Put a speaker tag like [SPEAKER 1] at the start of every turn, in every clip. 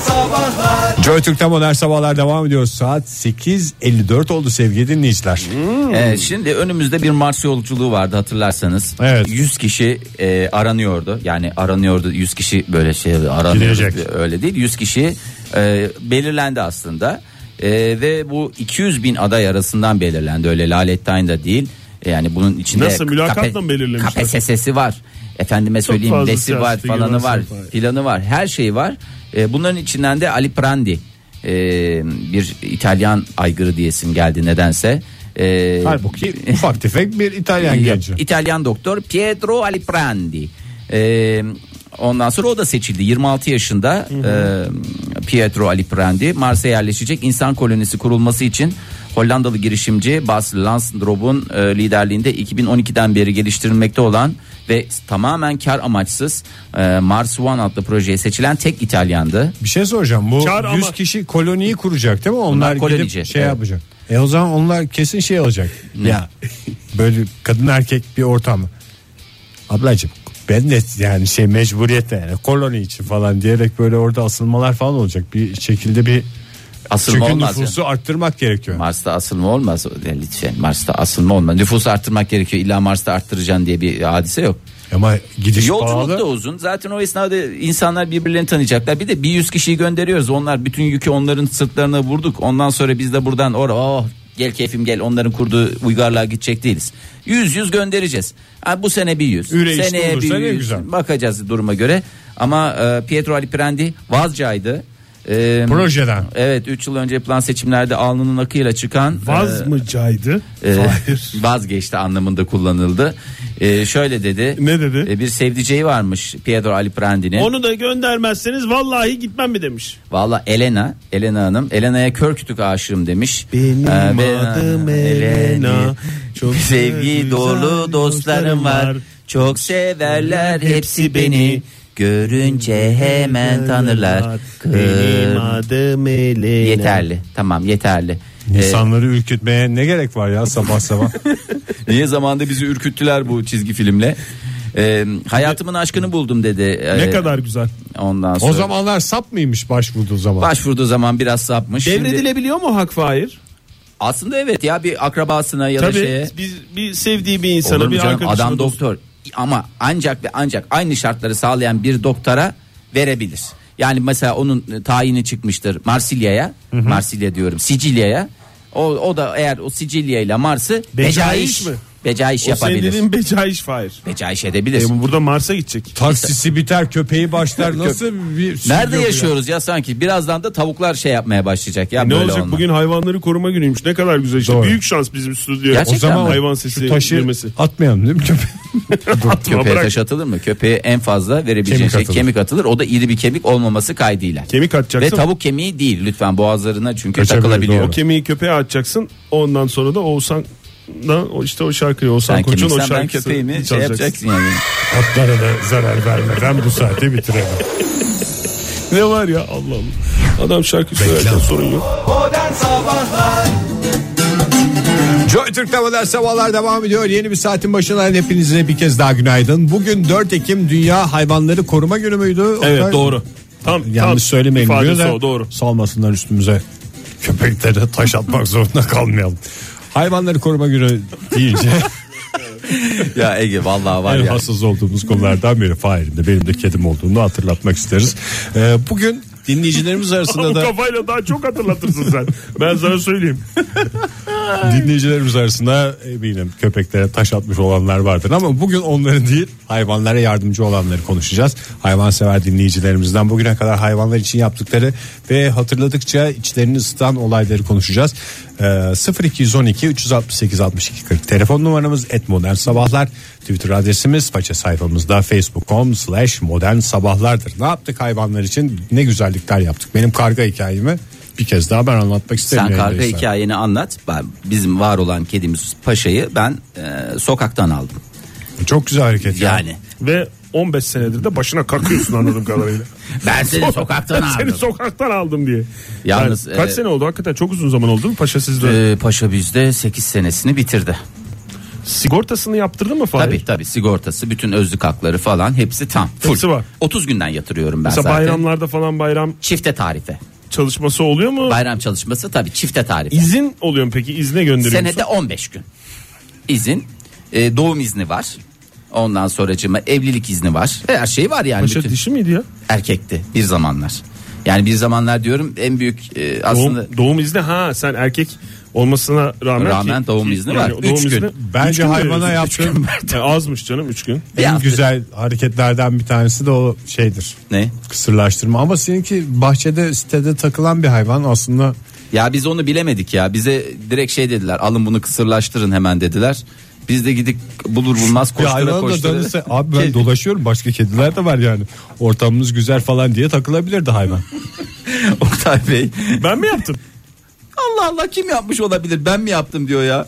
[SPEAKER 1] sabahlar. Joy Türk'te modern sabahlar devam ediyor. Saat 8.54 oldu sevgili dinleyiciler.
[SPEAKER 2] Ee, şimdi önümüzde bir Mars yolculuğu vardı hatırlarsanız.
[SPEAKER 1] Evet.
[SPEAKER 2] 100 kişi e, aranıyordu. Yani aranıyordu 100 kişi böyle şey aranıyor.
[SPEAKER 1] Gidecek.
[SPEAKER 2] Öyle değil 100 kişi e, belirlendi aslında. E, ve bu 200 bin aday arasından belirlendi. Öyle Lalettayn da değil. E, Yani bunun içinde
[SPEAKER 3] Nasıl, mülakatla
[SPEAKER 2] KP-
[SPEAKER 3] mı belirlemişler?
[SPEAKER 2] KPSS'si var. Efendime söyleyeyim
[SPEAKER 3] fazla
[SPEAKER 2] nesi var
[SPEAKER 3] siyasete
[SPEAKER 2] falanı
[SPEAKER 3] girmezsin
[SPEAKER 2] var
[SPEAKER 3] Fahir.
[SPEAKER 2] planı var her şey var. E, bunların içinden de Ali Prandi e, bir İtalyan aygırı diyesim geldi nedense. E,
[SPEAKER 1] Halbuki ufak tefek bir İtalyan genci.
[SPEAKER 2] İtalyan doktor Pietro Aliprandi. Ee, ondan sonra o da seçildi. 26 yaşında e, Pietro Aliprandi Mars'a yerleşecek insan kolonisi kurulması için Hollandalı girişimci Bas Lansdrob'un e, liderliğinde 2012'den beri geliştirilmekte olan ve tamamen kar amaçsız e, Mars One adlı projeye seçilen tek İtalyandı.
[SPEAKER 1] Bir şey soracağım. Bu
[SPEAKER 3] Kar
[SPEAKER 1] 100
[SPEAKER 3] ama-
[SPEAKER 1] kişi koloniyi kuracak değil mi? Onlar,
[SPEAKER 2] kolonici,
[SPEAKER 1] gidip şey
[SPEAKER 2] evet.
[SPEAKER 1] yapacak. E o zaman onlar kesin şey alacak. Ya böyle kadın erkek bir ortam. Ablacığım ben de yani şey mecburiyette yani koloni için falan diyerek böyle orada asılmalar falan olacak. Bir şekilde bir
[SPEAKER 2] Asılma
[SPEAKER 1] çünkü
[SPEAKER 2] olmaz.
[SPEAKER 1] nüfusu
[SPEAKER 2] ya.
[SPEAKER 1] arttırmak gerekiyor.
[SPEAKER 2] Mars'ta asılma olmaz lütfen. şey, Mars'ta asılma olmaz. Nüfusu arttırmak gerekiyor. İlla Mars'ta arttıracaksın diye bir hadise yok.
[SPEAKER 1] Ama gidiş
[SPEAKER 2] Yolculuk
[SPEAKER 1] pahalı.
[SPEAKER 2] da uzun. Zaten o esnada insanlar birbirlerini tanıyacaklar. Bir de bir yüz kişiyi gönderiyoruz. Onlar bütün yükü onların sırtlarına vurduk. Ondan sonra biz de buradan or oh, gel keyfim gel onların kurduğu uygarlığa gidecek değiliz. Yüz yüz göndereceğiz. Ha, bu sene bir yüz.
[SPEAKER 1] Üreyişli
[SPEAKER 2] Seneye
[SPEAKER 1] olursa ne
[SPEAKER 2] bir yüz.
[SPEAKER 1] güzel.
[SPEAKER 2] Bakacağız duruma göre. Ama e, Pietro Aliprandi vazcaydı. E,
[SPEAKER 1] Projeden.
[SPEAKER 2] Evet 3 yıl önce yapılan seçimlerde alnının akıyla çıkan
[SPEAKER 3] Vaz
[SPEAKER 2] e,
[SPEAKER 3] mı caydı?
[SPEAKER 2] e,
[SPEAKER 3] Hayır.
[SPEAKER 2] vazgeçti anlamında kullanıldı. E, şöyle dedi.
[SPEAKER 3] Ne dedi?
[SPEAKER 2] E, bir sevdiceği varmış Pietro Aliprandi'nin.
[SPEAKER 3] Onu da göndermezseniz vallahi gitmem mi demiş.
[SPEAKER 2] Valla Elena, Elena Hanım, Elena'ya kör kütük aşığım demiş.
[SPEAKER 3] Benim
[SPEAKER 2] Ee, ben-
[SPEAKER 3] adım Elena. Çok
[SPEAKER 2] sevgi
[SPEAKER 3] güzel
[SPEAKER 2] dolu dostlarım
[SPEAKER 3] dostlarım
[SPEAKER 2] var.
[SPEAKER 3] var.
[SPEAKER 2] Çok severler hepsi beni. Görünce hemen tanırlar.
[SPEAKER 3] Benim
[SPEAKER 2] Kır-
[SPEAKER 3] adım Elena.
[SPEAKER 2] Yeterli. Tamam yeterli.
[SPEAKER 1] İnsanları ürkütmeye ne gerek var ya sabah sabah.
[SPEAKER 2] Niye zamanda bizi ürküttüler bu çizgi filmle? Ee, hayatımın aşkını buldum dedi.
[SPEAKER 3] Ne
[SPEAKER 2] Ee,
[SPEAKER 3] kadar güzel.
[SPEAKER 2] Ondan sonra.
[SPEAKER 1] o zamanlar sap mıymış başvurduğu zaman?
[SPEAKER 2] başvurduğu zaman biraz sapmış. Şimdi-
[SPEAKER 3] Devredilebiliyor mu hak fair?
[SPEAKER 2] aslında evet ya bir akrabasına ya da şey-
[SPEAKER 3] Tabii
[SPEAKER 2] şeye.
[SPEAKER 3] biz, bir sevdiği bir
[SPEAKER 2] Olur
[SPEAKER 3] insana
[SPEAKER 2] mu
[SPEAKER 3] bir
[SPEAKER 2] canım?
[SPEAKER 3] arkadaşına
[SPEAKER 2] adam
[SPEAKER 3] dost-
[SPEAKER 2] doktor ama ancak ve ancak aynı şartları sağlayan bir doktora verebilir. Yani mesela onun e, tayini çıkmıştır Marsilya'ya, Marsilya diyorum Sicilya'ya. O, o da eğer o Sicilya ile Mars'ı
[SPEAKER 3] Becaiş
[SPEAKER 2] becaiş,
[SPEAKER 3] mi?
[SPEAKER 2] becaiş
[SPEAKER 3] O senin
[SPEAKER 2] yapabilir.
[SPEAKER 3] dediğin becaiş fair.
[SPEAKER 2] Becaiş edebilir.
[SPEAKER 3] E, bu burada Mars'a gidecek.
[SPEAKER 1] Taksisi biter köpeği başlar nasıl bir
[SPEAKER 2] Nerede
[SPEAKER 1] stüdyo bu ya?
[SPEAKER 2] yaşıyoruz ya? sanki? Birazdan da tavuklar şey yapmaya başlayacak ya
[SPEAKER 3] E ne
[SPEAKER 2] böyle
[SPEAKER 3] olacak
[SPEAKER 2] olmaz.
[SPEAKER 3] bugün hayvanları koruma günüymüş. Ne kadar güzel işte.
[SPEAKER 1] Doğru.
[SPEAKER 3] Büyük şans bizim stüdyoya.
[SPEAKER 2] Gerçekten
[SPEAKER 1] O zaman
[SPEAKER 2] mi?
[SPEAKER 3] hayvan
[SPEAKER 1] şu
[SPEAKER 3] sesi
[SPEAKER 1] taşı
[SPEAKER 3] girmesi.
[SPEAKER 1] atmayalım değil mi köpeği?
[SPEAKER 3] Atma
[SPEAKER 2] Köpeğe
[SPEAKER 3] bırak.
[SPEAKER 2] taş atılır mı? Köpeğe en fazla verebileceğin
[SPEAKER 1] Kemik
[SPEAKER 2] şey
[SPEAKER 1] atılır.
[SPEAKER 2] kemik atılır. O da iri bir kemik olmaması kaydıyla.
[SPEAKER 3] Kemik
[SPEAKER 2] Ve
[SPEAKER 3] atacaksın.
[SPEAKER 2] tavuk kemiği değil lütfen boğazlarına çünkü
[SPEAKER 1] Kaçabilir,
[SPEAKER 2] takılabiliyor.
[SPEAKER 3] o kemiği köpeğe atacaksın. Ondan sonra da Oğuzhan da o işte o şarkıyı Oğuzhan
[SPEAKER 2] Sen
[SPEAKER 3] Koç'un o
[SPEAKER 2] kimsen ben
[SPEAKER 3] şarkısını
[SPEAKER 2] köpeğimi şey
[SPEAKER 3] çalacaksın.
[SPEAKER 2] yapacaksın yani.
[SPEAKER 1] Atlara da zarar vermeden bu saati bitirelim.
[SPEAKER 3] Ne var ya Allah'ım. Adam şarkı söylerken sorun yok.
[SPEAKER 1] Modern Sabahlar Joy Türk'te modern sabahlar devam ediyor. Yeni bir saatin başına hepinize bir kez daha günaydın. Bugün 4 Ekim Dünya Hayvanları Koruma Günü müydü? Oktay?
[SPEAKER 3] Evet doğru. Tam
[SPEAKER 1] Yanlış
[SPEAKER 3] tam
[SPEAKER 1] söylemeyelim diyor
[SPEAKER 3] ifadesi
[SPEAKER 1] da
[SPEAKER 3] o, doğru.
[SPEAKER 1] salmasınlar üstümüze. Köpeklere taş atmak zorunda kalmayalım. Hayvanları koruma günü deyince
[SPEAKER 2] ya Ege vallahi var
[SPEAKER 1] en
[SPEAKER 2] ya.
[SPEAKER 1] hassas olduğumuz konulardan biri. Fahir'in de benim de kedim olduğunu hatırlatmak isteriz. Ee, bugün dinleyicilerimiz
[SPEAKER 3] Ama
[SPEAKER 1] arasında
[SPEAKER 3] bu
[SPEAKER 1] da
[SPEAKER 3] kafayla daha çok hatırlatırsın sen. ben sana söyleyeyim.
[SPEAKER 1] Dinleyicilerimiz arasında eminim köpeklere taş atmış olanlar vardır ama bugün onların değil hayvanlara yardımcı olanları konuşacağız. Hayvansever dinleyicilerimizden bugüne kadar hayvanlar için yaptıkları ve hatırladıkça içlerini ısıtan olayları konuşacağız. Ee, 0212 368 62 40 telefon numaramız et modern sabahlar Twitter adresimiz faça sayfamızda facebook.com slash modern sabahlardır. Ne yaptık hayvanlar için ne güzellikler yaptık. Benim karga hikayemi bir kez daha ben anlatmak isterim.
[SPEAKER 2] Sen karga
[SPEAKER 1] yayındaysa.
[SPEAKER 2] hikayeni anlat. Ben, bizim var olan kedimiz Paşa'yı ben e, sokaktan aldım.
[SPEAKER 1] Çok güzel hareket. ya.
[SPEAKER 2] Yani
[SPEAKER 3] Ve 15 senedir de başına kakıyorsun anladığım kadarıyla.
[SPEAKER 2] ben seni sokaktan
[SPEAKER 3] Seni
[SPEAKER 2] aldım.
[SPEAKER 3] sokaktan aldım diye.
[SPEAKER 2] Yalnız,
[SPEAKER 3] Yani kaç
[SPEAKER 2] e,
[SPEAKER 3] sene oldu hakikaten çok uzun zaman oldu değil mi Paşa sizde?
[SPEAKER 2] E, Paşa bizde 8 senesini bitirdi.
[SPEAKER 3] Sigortasını yaptırdı mı Fahir?
[SPEAKER 2] Tabii tabii sigortası bütün özlük hakları falan hepsi tam. Full.
[SPEAKER 3] Hepsi var.
[SPEAKER 2] 30 günden yatırıyorum ben
[SPEAKER 3] Mesela
[SPEAKER 2] zaten.
[SPEAKER 3] bayramlarda falan bayram
[SPEAKER 2] Çifte tarife.
[SPEAKER 3] çalışması oluyor mu?
[SPEAKER 2] Bayram çalışması tabii çifte tarife.
[SPEAKER 3] İzin oluyor mu peki? İzne gönderiyor musun?
[SPEAKER 2] Senede 15 gün izin. E, doğum izni var. Ondan sonracığıma evlilik izni var. Her şey var yani.
[SPEAKER 3] Paşa
[SPEAKER 2] bütün.
[SPEAKER 3] dişi miydi ya?
[SPEAKER 2] Erkekti bir zamanlar. Yani bir zamanlar diyorum en büyük e, aslında
[SPEAKER 3] Doğum, doğum izni ha sen erkek olmasına rağmen,
[SPEAKER 2] Rağmen
[SPEAKER 3] ki-
[SPEAKER 2] doğum izni var. Üç gün.
[SPEAKER 3] üç
[SPEAKER 1] Bence
[SPEAKER 3] gün
[SPEAKER 1] hayvana
[SPEAKER 3] veriyorsun.
[SPEAKER 1] yaptığım
[SPEAKER 3] E, azmış canım 3 gün.
[SPEAKER 2] Bir
[SPEAKER 1] en
[SPEAKER 2] hafta-
[SPEAKER 1] güzel hareketlerden bir tanesi de o şeydir.
[SPEAKER 2] ne?
[SPEAKER 1] Kısırlaştırma ama seninki bahçede sitede takılan bir hayvan aslında
[SPEAKER 2] Ya biz onu bilemedik ya. Bize direkt şey dediler. Alın bunu kısırlaştırın hemen dediler. Biz de gidip bulur bulmaz
[SPEAKER 1] bir
[SPEAKER 2] koştura
[SPEAKER 1] hayvana da
[SPEAKER 2] koştura.
[SPEAKER 1] dönülse abi ben dolaşıyorum başka kediler de var yani ortamımız güzel falan diye takılabilirdi hayvan.
[SPEAKER 2] Oktay Bey.
[SPEAKER 3] Ben mi yaptım?
[SPEAKER 2] Allah Allah kim yapmış olabilir? Ben mi yaptım diyor ya.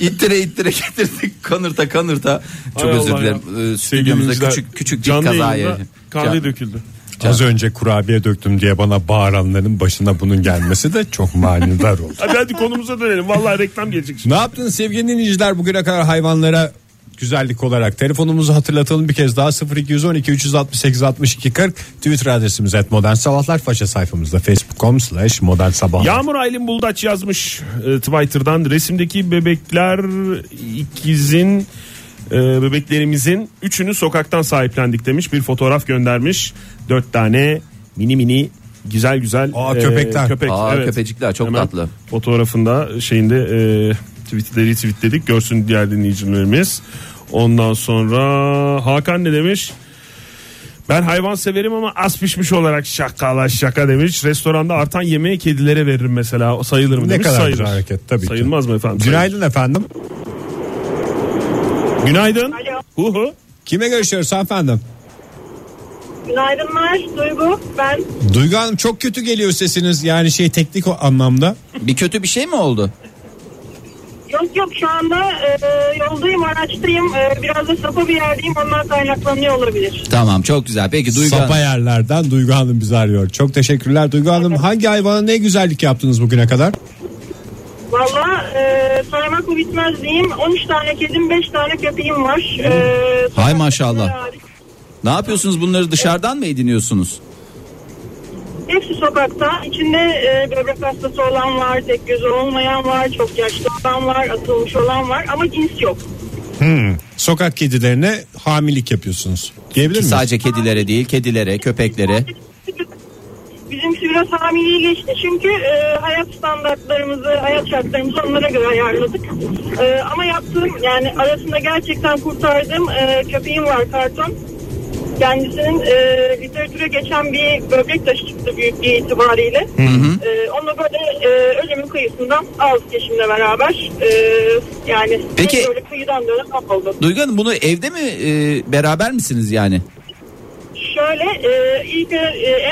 [SPEAKER 2] İttire ittire getirdik kanırta kanırta. Çok
[SPEAKER 3] Hay
[SPEAKER 2] özür
[SPEAKER 3] Allah
[SPEAKER 2] dilerim. Ee,
[SPEAKER 3] ya. Sevgili
[SPEAKER 2] Stüdyomuzda
[SPEAKER 3] dinleyiciler,
[SPEAKER 2] küçük küçük bir
[SPEAKER 3] canlı
[SPEAKER 2] kazaya.
[SPEAKER 3] yayında Kahve döküldü.
[SPEAKER 1] Az önce kurabiye döktüm diye bana bağıranların başına bunun gelmesi de çok manidar oldu.
[SPEAKER 3] Hadi hadi konumuza dönelim. Vallahi reklam gelecek şimdi.
[SPEAKER 1] Ne yaptın sevgili dinleyiciler bugüne kadar hayvanlara güzellik olarak telefonumuzu hatırlatalım bir kez daha 0212 368 62 40 Twitter adresimiz et modern sabahlar faça sayfamızda facebook.com slash modern sabahlar.
[SPEAKER 3] Yağmur Aylin Buldaç yazmış e, Twitter'dan resimdeki bebekler ikizin e, bebeklerimizin üçünü sokaktan sahiplendik demiş bir fotoğraf göndermiş dört tane mini mini güzel güzel e,
[SPEAKER 1] Aa, köpekler.
[SPEAKER 3] köpek,
[SPEAKER 2] Aa,
[SPEAKER 3] evet.
[SPEAKER 2] köpecikler çok
[SPEAKER 3] Hemen
[SPEAKER 2] tatlı.
[SPEAKER 3] fotoğrafında şeyinde e, tweetleri tweetledik görsün diğer dinleyicilerimiz ondan sonra Hakan ne demiş ben hayvan severim ama az pişmiş olarak şakala şaka demiş. Restoranda artan yemeği kedilere veririm mesela. O sayılır mı
[SPEAKER 1] ne
[SPEAKER 3] demiş.
[SPEAKER 1] kadar
[SPEAKER 3] Sayılır.
[SPEAKER 1] güzel hareket tabii
[SPEAKER 3] Sayılmaz
[SPEAKER 1] ki.
[SPEAKER 3] mı efendim?
[SPEAKER 1] Günaydın efendim.
[SPEAKER 3] Sayılır. Günaydın.
[SPEAKER 4] Alo.
[SPEAKER 3] Hu hu.
[SPEAKER 1] Kime görüşüyoruz efendim?
[SPEAKER 4] Günaydınlar Duygu. Ben
[SPEAKER 1] Duygu Hanım çok kötü geliyor sesiniz yani şey teknik o anlamda.
[SPEAKER 2] Bir kötü bir şey mi oldu?
[SPEAKER 4] yok yok şu anda e, yoldayım araçtayım. E, biraz da sapı bir yerdeyim ondan kaynaklanıyor olabilir.
[SPEAKER 2] Tamam çok güzel. Peki Duygu
[SPEAKER 1] Sapa
[SPEAKER 2] Hanım.
[SPEAKER 1] yerlerden Duygu Hanım bizi arıyor. Çok teşekkürler Duygu Hanım. Hangi hayvana ne güzellik yaptınız bugüne kadar?
[SPEAKER 4] Valla e, saymakla bitmez diyeyim. 13 tane kedim 5 tane köpeğim var. E,
[SPEAKER 2] Hay maşallah. Ne yapıyorsunuz bunları dışarıdan mı ediniyorsunuz?
[SPEAKER 4] Hepsi sokakta. İçinde e, böbrek hastası olan var, tek gözü olmayan var, çok yaşlı olan var, atılmış olan var ama cins yok.
[SPEAKER 1] Hmm. Sokak kedilerine hamilik yapıyorsunuz. Diyebilir
[SPEAKER 2] Ki
[SPEAKER 1] miyiz?
[SPEAKER 2] sadece kedilere değil kedilere köpeklere.
[SPEAKER 4] Bizimki biraz hamileye geçti çünkü e, hayat standartlarımızı, hayat şartlarımızı onlara göre ayarladık. E, ama yaptığım yani arasında gerçekten kurtardığım e, köpeğim var karton. Kendisinin e, literatüre geçen bir böbrek taşı çıktı büyüklüğü itibariyle. E, onu böyle e, ölümün kıyısından aldık eşimle beraber. E, yani
[SPEAKER 2] Peki-
[SPEAKER 4] böyle kıyıdan böyle kap oldu.
[SPEAKER 2] Duygu Hanım bunu evde mi e, beraber misiniz yani?
[SPEAKER 4] Şöyle e, ilk e,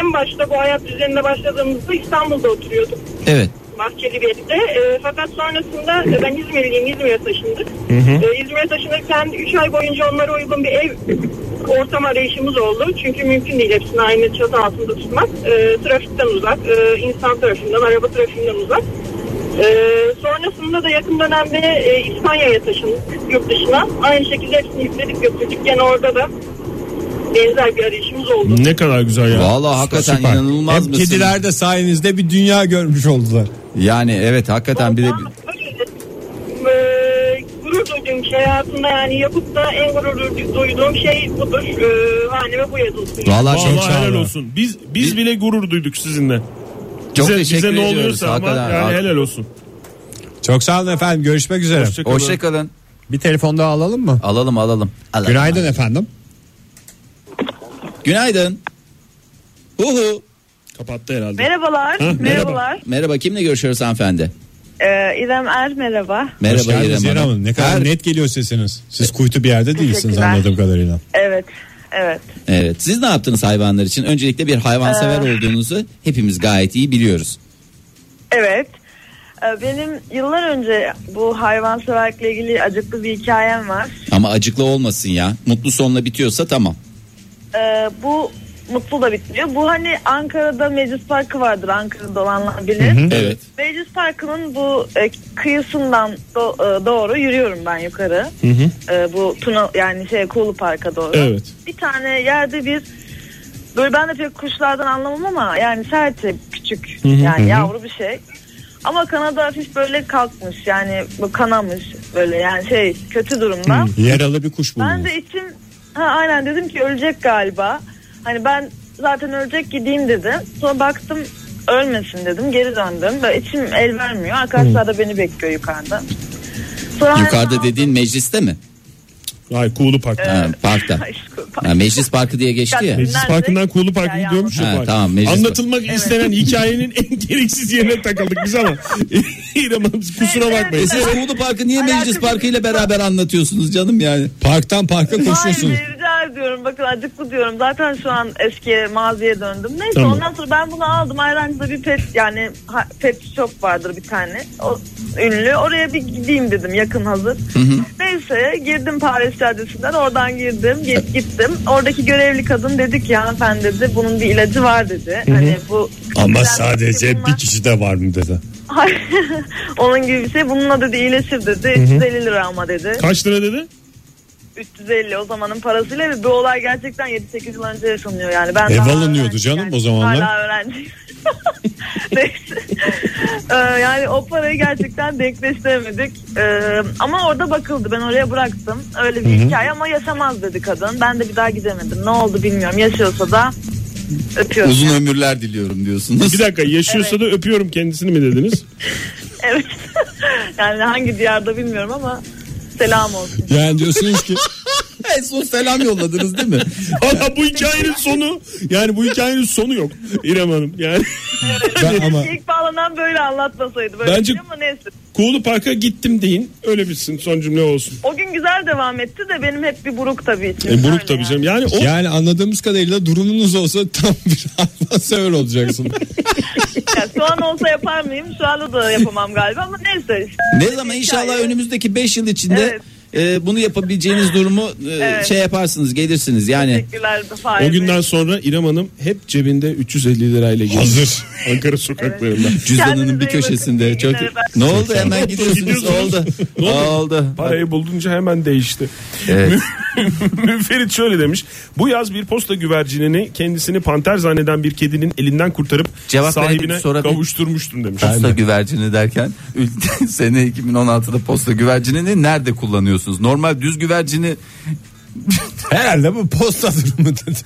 [SPEAKER 4] en başta bu hayat düzenine başladığımızda İstanbul'da oturuyorduk.
[SPEAKER 2] Evet.
[SPEAKER 4] Bahçeli bir evde. E, fakat sonrasında e, ben İzmirliyim, İzmir'e taşındık. E, İzmir'e taşınırken 3 ay boyunca onlara uygun bir ev ortam arayışımız oldu. Çünkü mümkün değil hepsini aynı çatı altında tutmak. E, trafikten uzak, e, insan tarafından, araba trafiğinden uzak. E, sonrasında da yakın dönemde e, İspanya'ya taşındık yurt dışına. Aynı şekilde hepsini yükledik götürdük. Gene orada da benzer bir arayışımız oldu.
[SPEAKER 3] Ne kadar güzel ya.
[SPEAKER 2] Vallahi hakikaten
[SPEAKER 1] Süper.
[SPEAKER 2] inanılmaz
[SPEAKER 1] Hem
[SPEAKER 2] mısınız?
[SPEAKER 1] kediler de sayenizde bir dünya görmüş oldular.
[SPEAKER 2] Yani evet hakikaten bir de
[SPEAKER 4] Eee, Ee, gurur duyduğum şey hayatımda yani yapıp da en gurur du- duyduğum şey budur. Eee haneme bu yazılsın.
[SPEAKER 2] Vallahi şey-
[SPEAKER 3] Vallahi helal
[SPEAKER 1] Çağla.
[SPEAKER 3] olsun. Biz biz bile gurur duyduk sizinle.
[SPEAKER 2] çok
[SPEAKER 3] bize,
[SPEAKER 2] teşekkür
[SPEAKER 3] bize ne
[SPEAKER 2] ediyoruz
[SPEAKER 3] oluyorsa ama
[SPEAKER 2] hakikaten.
[SPEAKER 3] yani helal olsun.
[SPEAKER 1] Çok sağ olun efendim. Görüşmek üzere.
[SPEAKER 3] Hoşçakalın.
[SPEAKER 2] Hoşçakalın.
[SPEAKER 1] Bir telefon daha alalım mı?
[SPEAKER 2] Alalım alalım. alalım.
[SPEAKER 1] Günaydın efendim.
[SPEAKER 2] Günaydın. Huhu.
[SPEAKER 3] Kapattı herhalde.
[SPEAKER 5] Merhabalar, merhabalar.
[SPEAKER 2] Merhaba kimle görüşüyoruz hanımefendi?
[SPEAKER 5] Ee, İrem Er merhaba.
[SPEAKER 2] Merhaba
[SPEAKER 1] Hoş geldiniz
[SPEAKER 2] İrem
[SPEAKER 1] İrem
[SPEAKER 2] Hanım.
[SPEAKER 1] Hanım. Ne kadar
[SPEAKER 2] Her-
[SPEAKER 1] net geliyor sesiniz. Siz kuytu bir yerde değilsiniz
[SPEAKER 5] Teşekkürler.
[SPEAKER 1] anladığım kadarıyla.
[SPEAKER 5] Evet, evet.
[SPEAKER 2] Evet siz ne yaptınız hayvanlar için? Öncelikle bir hayvansever
[SPEAKER 5] Ee.
[SPEAKER 2] olduğunuzu hepimiz gayet iyi biliyoruz.
[SPEAKER 5] Evet. Ee, Benim yıllar önce bu hayvanseverlikle ilgili acıklı bir hikayem var.
[SPEAKER 2] Ama acıklı olmasın ya. Mutlu sonla bitiyorsa tamam.
[SPEAKER 5] Ee, Bu mutlu da bitmiyor. Bu hani Ankara'da Meclis Parkı vardır Ankara'da olanlar bilir.
[SPEAKER 2] Evet.
[SPEAKER 5] Meclis Parkı'nın bu e, kıyısından do- e, doğru yürüyorum ben yukarı. E, bu Tuna yani şey Kuğulu Park'a doğru.
[SPEAKER 3] Evet.
[SPEAKER 5] Bir tane yerde bir böyle ben de pek kuşlardan anlamam ama yani serçe küçük yani yavru bir şey. Ama kanadı hafif böyle kalkmış yani bu kanamış böyle yani şey kötü durumda.
[SPEAKER 1] Hmm. Yaralı bir kuş
[SPEAKER 5] Ben
[SPEAKER 1] bulundu.
[SPEAKER 5] de içim ha, aynen dedim ki ölecek galiba. Hani ben zaten ölecek gideyim dedim. Sonra baktım ölmesin dedim geri döndüm. Böyle içim el vermiyor. Arkadaşlar da beni bekliyor yukarıda. Sonra
[SPEAKER 2] Yukarıda
[SPEAKER 5] hemen-
[SPEAKER 2] dediğin mecliste mi?
[SPEAKER 3] Ay Kuğulu Park.
[SPEAKER 2] Ha, parkta.
[SPEAKER 5] Ay, şu-
[SPEAKER 2] Ha, meclis parkı diye geçti ya.
[SPEAKER 3] Meclis
[SPEAKER 5] Nerede?
[SPEAKER 3] Parkı'ndan Kuğulu Park'a
[SPEAKER 5] Ya,
[SPEAKER 3] gidiyormuş ya
[SPEAKER 2] Ha,
[SPEAKER 3] park.
[SPEAKER 2] tamam, Meclis
[SPEAKER 3] Anlatılmak istenen hikayenin en gereksiz yerine takıldık biz ama. İrem Hanım kusura bakmayın.
[SPEAKER 2] Siz Kuğulu Parkı niye Meclis
[SPEAKER 5] Alakası
[SPEAKER 2] Parkı ile beraber anlatıyorsunuz canım yani?
[SPEAKER 1] Parktan parka koşuyorsunuz.
[SPEAKER 5] Hayır rica ediyorum bakın acıklı diyorum zaten şu an eski maziye döndüm. Neyse
[SPEAKER 3] Tamam.
[SPEAKER 5] ondan sonra ben bunu aldım Ayrancı'da bir pet yani ha- pet shop vardır bir tane o, ünlü oraya bir gideyim dedim yakın hazır. Neyse girdim Paris Caddesi'nden oradan girdim ge- gittim oradaki görevli kadın dedi ki hanımefendi dedi bunun bir ilacı var dedi. Hani bu
[SPEAKER 1] Ama
[SPEAKER 5] Ben-
[SPEAKER 1] sadece
[SPEAKER 5] bunlar-
[SPEAKER 1] bir kişi de var mı dedi.
[SPEAKER 5] Hayır. Onun gibi bir şey bununla dedi iyileşir dedi 350 lira ama dedi.
[SPEAKER 3] Kaç lira dedi?
[SPEAKER 5] 350 o zamanın parasıyla ve bu olay gerçekten 7-8 yıl önce yaşanıyor yani. Ben
[SPEAKER 1] Ev
[SPEAKER 5] daha
[SPEAKER 1] alınıyordu
[SPEAKER 5] öğrenciyim
[SPEAKER 1] canım
[SPEAKER 5] yani.
[SPEAKER 1] E, o zamanlar.
[SPEAKER 5] Hala öğrenciyim. Neyse. Ee, yani o parayı gerçekten denkleştiremedik. Ee, ama orada bakıldı ben oraya bıraktım. Öyle bir hikaye ama yaşamaz dedi kadın. Ben de bir daha gidemedim. Ne oldu bilmiyorum. Yaşıyorsa da öpüyorum.
[SPEAKER 2] Uzun ömürler diliyorum diyorsunuz.
[SPEAKER 3] Bir dakika yaşıyorsa da öpüyorum kendisini mi dediniz?
[SPEAKER 5] Evet. yani hangi diyarda bilmiyorum ama selam olsun.
[SPEAKER 1] Yani diyorsunuz ki
[SPEAKER 2] en son selam yolladınız değil mi?
[SPEAKER 3] Valla bu hikayenin sonu yani bu hikayenin sonu yok İrem Hanım. Yani
[SPEAKER 1] ben ama
[SPEAKER 5] İlk bağlanan böyle anlatmasaydı böyle
[SPEAKER 3] Bence-
[SPEAKER 5] bir şey ama neyse.
[SPEAKER 3] Kuğulu Park'a gittim deyin öyle bitsin son cümle olsun.
[SPEAKER 5] O gün güzel devam etti de benim hep bir buruk tabii için.
[SPEAKER 3] E, buruk
[SPEAKER 5] Öyle
[SPEAKER 3] tabii
[SPEAKER 5] yani.
[SPEAKER 3] canım yani o
[SPEAKER 1] yani anladığımız kadarıyla durumunuz olsa tam bir hayvansöver olacaksın.
[SPEAKER 5] Yani şu an olsa yapar mıyım? Şu anda da yapamam galiba ama neyse. işte.
[SPEAKER 2] Ne zaman inşallah
[SPEAKER 5] Hikaye.
[SPEAKER 2] önümüzdeki 5 yıl içinde e, bunu yapabileceğiniz durumu e, şey yaparsınız gelirsiniz yani.
[SPEAKER 5] Teşekkürler.
[SPEAKER 3] o günden sonra İrem Hanım hep cebinde 350 lirayla geziyor.
[SPEAKER 1] Hazır.
[SPEAKER 3] Ankara sokaklarında.
[SPEAKER 2] Cüzdanının
[SPEAKER 5] Kendinize
[SPEAKER 2] bir
[SPEAKER 5] iyi bakın.
[SPEAKER 2] köşesinde
[SPEAKER 5] İyi
[SPEAKER 2] çok
[SPEAKER 5] günler efendim.
[SPEAKER 2] ne oldu hemen gidiyorsunuz
[SPEAKER 3] Gidiyorsunuz.
[SPEAKER 2] oldu
[SPEAKER 3] Ne oldu?
[SPEAKER 2] oldu
[SPEAKER 3] Parayı buldunca hemen değişti.
[SPEAKER 2] Evet.
[SPEAKER 3] Müferit şöyle demiş. Bu yaz bir posta güvercinini kendisini panter zanneden bir kedinin elinden kurtarıp
[SPEAKER 2] Cevap
[SPEAKER 3] sahibine
[SPEAKER 2] veremedik, sonra bir-
[SPEAKER 3] kavuşturmuştum demiş.
[SPEAKER 2] posta güvercini derken ül- sene 2016'da posta güvercinini nerede kullanıyorsunuz normal düz güvercini
[SPEAKER 1] Herhalde bu posta durumu dedi.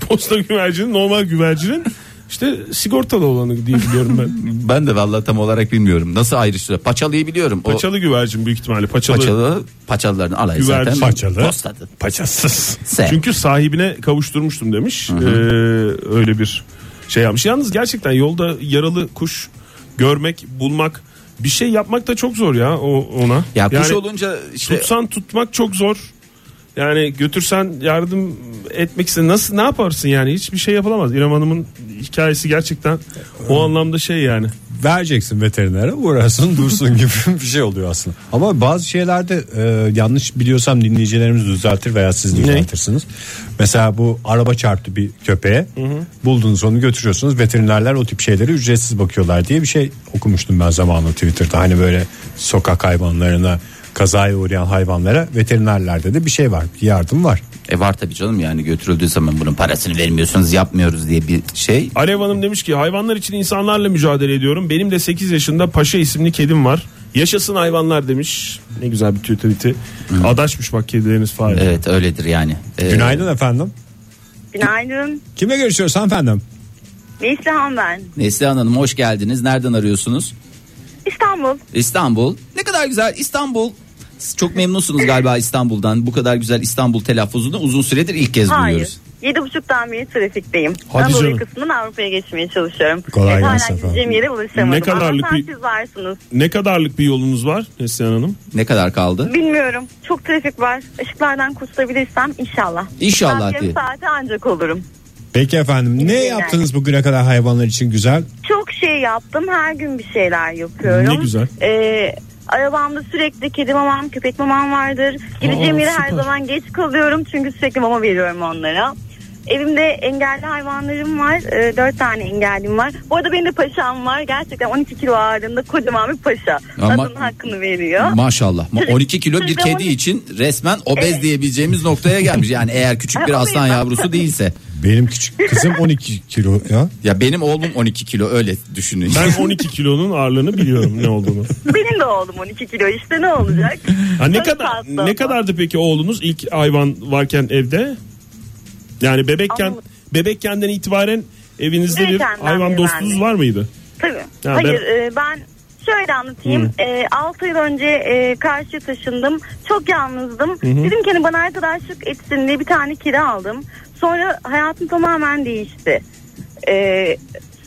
[SPEAKER 3] Posta güvercinin normal güvercinin işte sigortalı olanı diye biliyorum ben.
[SPEAKER 2] ben de vallahi tam olarak bilmiyorum nasıl ayrıştırıyor paçalıyı biliyorum o
[SPEAKER 3] Paçalı güvercin büyük ihtimalle. Paçalı.
[SPEAKER 2] paçalı paçalıların alayı
[SPEAKER 3] Güvercin.
[SPEAKER 2] zaten
[SPEAKER 1] Paçalı.
[SPEAKER 2] postadı
[SPEAKER 1] Paçasız.
[SPEAKER 2] S.
[SPEAKER 3] Çünkü sahibine kavuşturmuştum demiş. Ee, öyle bir şey yapmış. Yalnız gerçekten yolda yaralı kuş görmek, bulmak bir şey yapmak da çok zor ya o ona.
[SPEAKER 2] ya kuş
[SPEAKER 3] Yani-
[SPEAKER 2] olunca işte
[SPEAKER 3] Tutsan tutmak çok zor. Yani götürsen yardım etmek iste nasıl ne yaparsın yani hiçbir şey yapılamaz. İrem Hanım'ın hikayesi gerçekten o anlamda şey yani.
[SPEAKER 1] vereceksin veterinere uğrasın dursun gibi bir şey oluyor aslında. Ama bazı şeylerde e, yanlış biliyorsam dinleyicilerimiz düzeltir veya siz düzeltirsiniz. Mesela bu araba çarptı bir köpeğe buldunuz onu götürüyorsunuz veterinerler o tip şeylere ücretsiz bakıyorlar diye bir şey okumuştum ben zamanında Twitter'da. Hani böyle sokak hayvanlarına kazaya uğrayan hayvanlara veterinerlerde de bir şey var bir yardım var.
[SPEAKER 2] E var tabii canım yani götürüldüğü zaman bunun parasını vermiyorsunuz yapmıyoruz diye bir şey.
[SPEAKER 3] Alev Hanım demiş ki hayvanlar için insanlarla mücadele ediyorum. Benim de 8 yaşında Paşa isimli kedim var. Yaşasın hayvanlar demiş. Ne güzel bir tüyü tweet'i. Adaşmış bak kedileriniz falan.
[SPEAKER 2] Evet öyledir yani. E,
[SPEAKER 1] Günaydın efendim.
[SPEAKER 6] Günaydın.
[SPEAKER 1] Kime görüşüyoruz hanımefendim?
[SPEAKER 6] Neslihan ben.
[SPEAKER 2] Neslihan Hanım hoş geldiniz. Nereden arıyorsunuz?
[SPEAKER 6] İstanbul.
[SPEAKER 2] İstanbul. Ne kadar güzel İstanbul. Siz çok memnunsunuz galiba İstanbul'dan. Bu kadar güzel İstanbul telaffuzunu uzun süredir ilk kez
[SPEAKER 6] Hayır.
[SPEAKER 2] duyuyoruz.
[SPEAKER 6] Yedi buçuktan beri trafikteyim.
[SPEAKER 3] Hadi
[SPEAKER 6] Anadolu
[SPEAKER 3] canım.
[SPEAKER 6] yakasından Avrupa'ya geçmeye çalışıyorum.
[SPEAKER 1] Kolay
[SPEAKER 6] Evet,
[SPEAKER 1] gelsin
[SPEAKER 6] hala
[SPEAKER 1] efendim.
[SPEAKER 6] gideceğim yere ulaşamadım.
[SPEAKER 3] Ne kadarlık
[SPEAKER 6] Ama
[SPEAKER 3] bir-
[SPEAKER 6] siz varsınız.
[SPEAKER 3] Ne kadarlık bir yolunuz var Neslihan Hanım?
[SPEAKER 2] Ne kadar kaldı?
[SPEAKER 6] Bilmiyorum. Çok trafik var. Işıklardan kurtulabilirsem inşallah.
[SPEAKER 2] İnşallah
[SPEAKER 6] Ben
[SPEAKER 2] diye.
[SPEAKER 6] yarım saate ancak olurum.
[SPEAKER 1] Peki efendim ne yaptınız bugüne kadar hayvanlar için güzel?
[SPEAKER 6] Çok şey yaptım. Her gün bir şeyler yapıyorum.
[SPEAKER 3] Ne güzel.
[SPEAKER 6] Ee, arabamda sürekli kedi mamam, köpek mamam vardır. Gideceğim
[SPEAKER 3] Aa,
[SPEAKER 6] yere her
[SPEAKER 3] süper.
[SPEAKER 6] zaman geç kalıyorum. Çünkü sürekli mama veriyorum onlara. Evimde engelli hayvanlarım var. Ee, Dört tane engellim var. Bu arada benim de paşam var. Gerçekten 12 kilo ağırlığında kocaman bir paşa.
[SPEAKER 2] Ama-
[SPEAKER 6] Adının hakkını veriyor.
[SPEAKER 2] Maşallah. Ma- 12 kilo bir kedi için resmen obez diyebileceğimiz noktaya gelmiş. Yani eğer küçük bir aslan yavrusu değilse.
[SPEAKER 1] Benim küçük kızım 12 kilo ya.
[SPEAKER 2] Ya benim oğlum 12 kilo öyle düşünün.
[SPEAKER 3] Ben 12 kilonun ağırlığını biliyorum ne olduğunu.
[SPEAKER 6] benim de oğlum 12 kilo. İşte ne olacak?
[SPEAKER 3] Ha, ne
[SPEAKER 6] Sarı
[SPEAKER 3] kadar
[SPEAKER 6] pasta
[SPEAKER 3] ne
[SPEAKER 6] ama.
[SPEAKER 3] kadardı peki oğlunuz ilk hayvan varken evde? Yani bebekken
[SPEAKER 6] Ama-
[SPEAKER 3] bebekkenden itibaren evinizde bir
[SPEAKER 6] Bebekkenden
[SPEAKER 3] hayvan
[SPEAKER 6] beri
[SPEAKER 3] dostunuz
[SPEAKER 6] verdim.
[SPEAKER 3] var mıydı?
[SPEAKER 6] Tabii.
[SPEAKER 3] ben-
[SPEAKER 6] Hayır e, ben şöyle anlatayım. 6 Ee, yıl önce e, karşıya taşındım. Çok yalnızdım. Dedim ki hani bana arkadaşlık etsin diye bir tane kira aldım. Sonra hayatım tamamen değişti. E,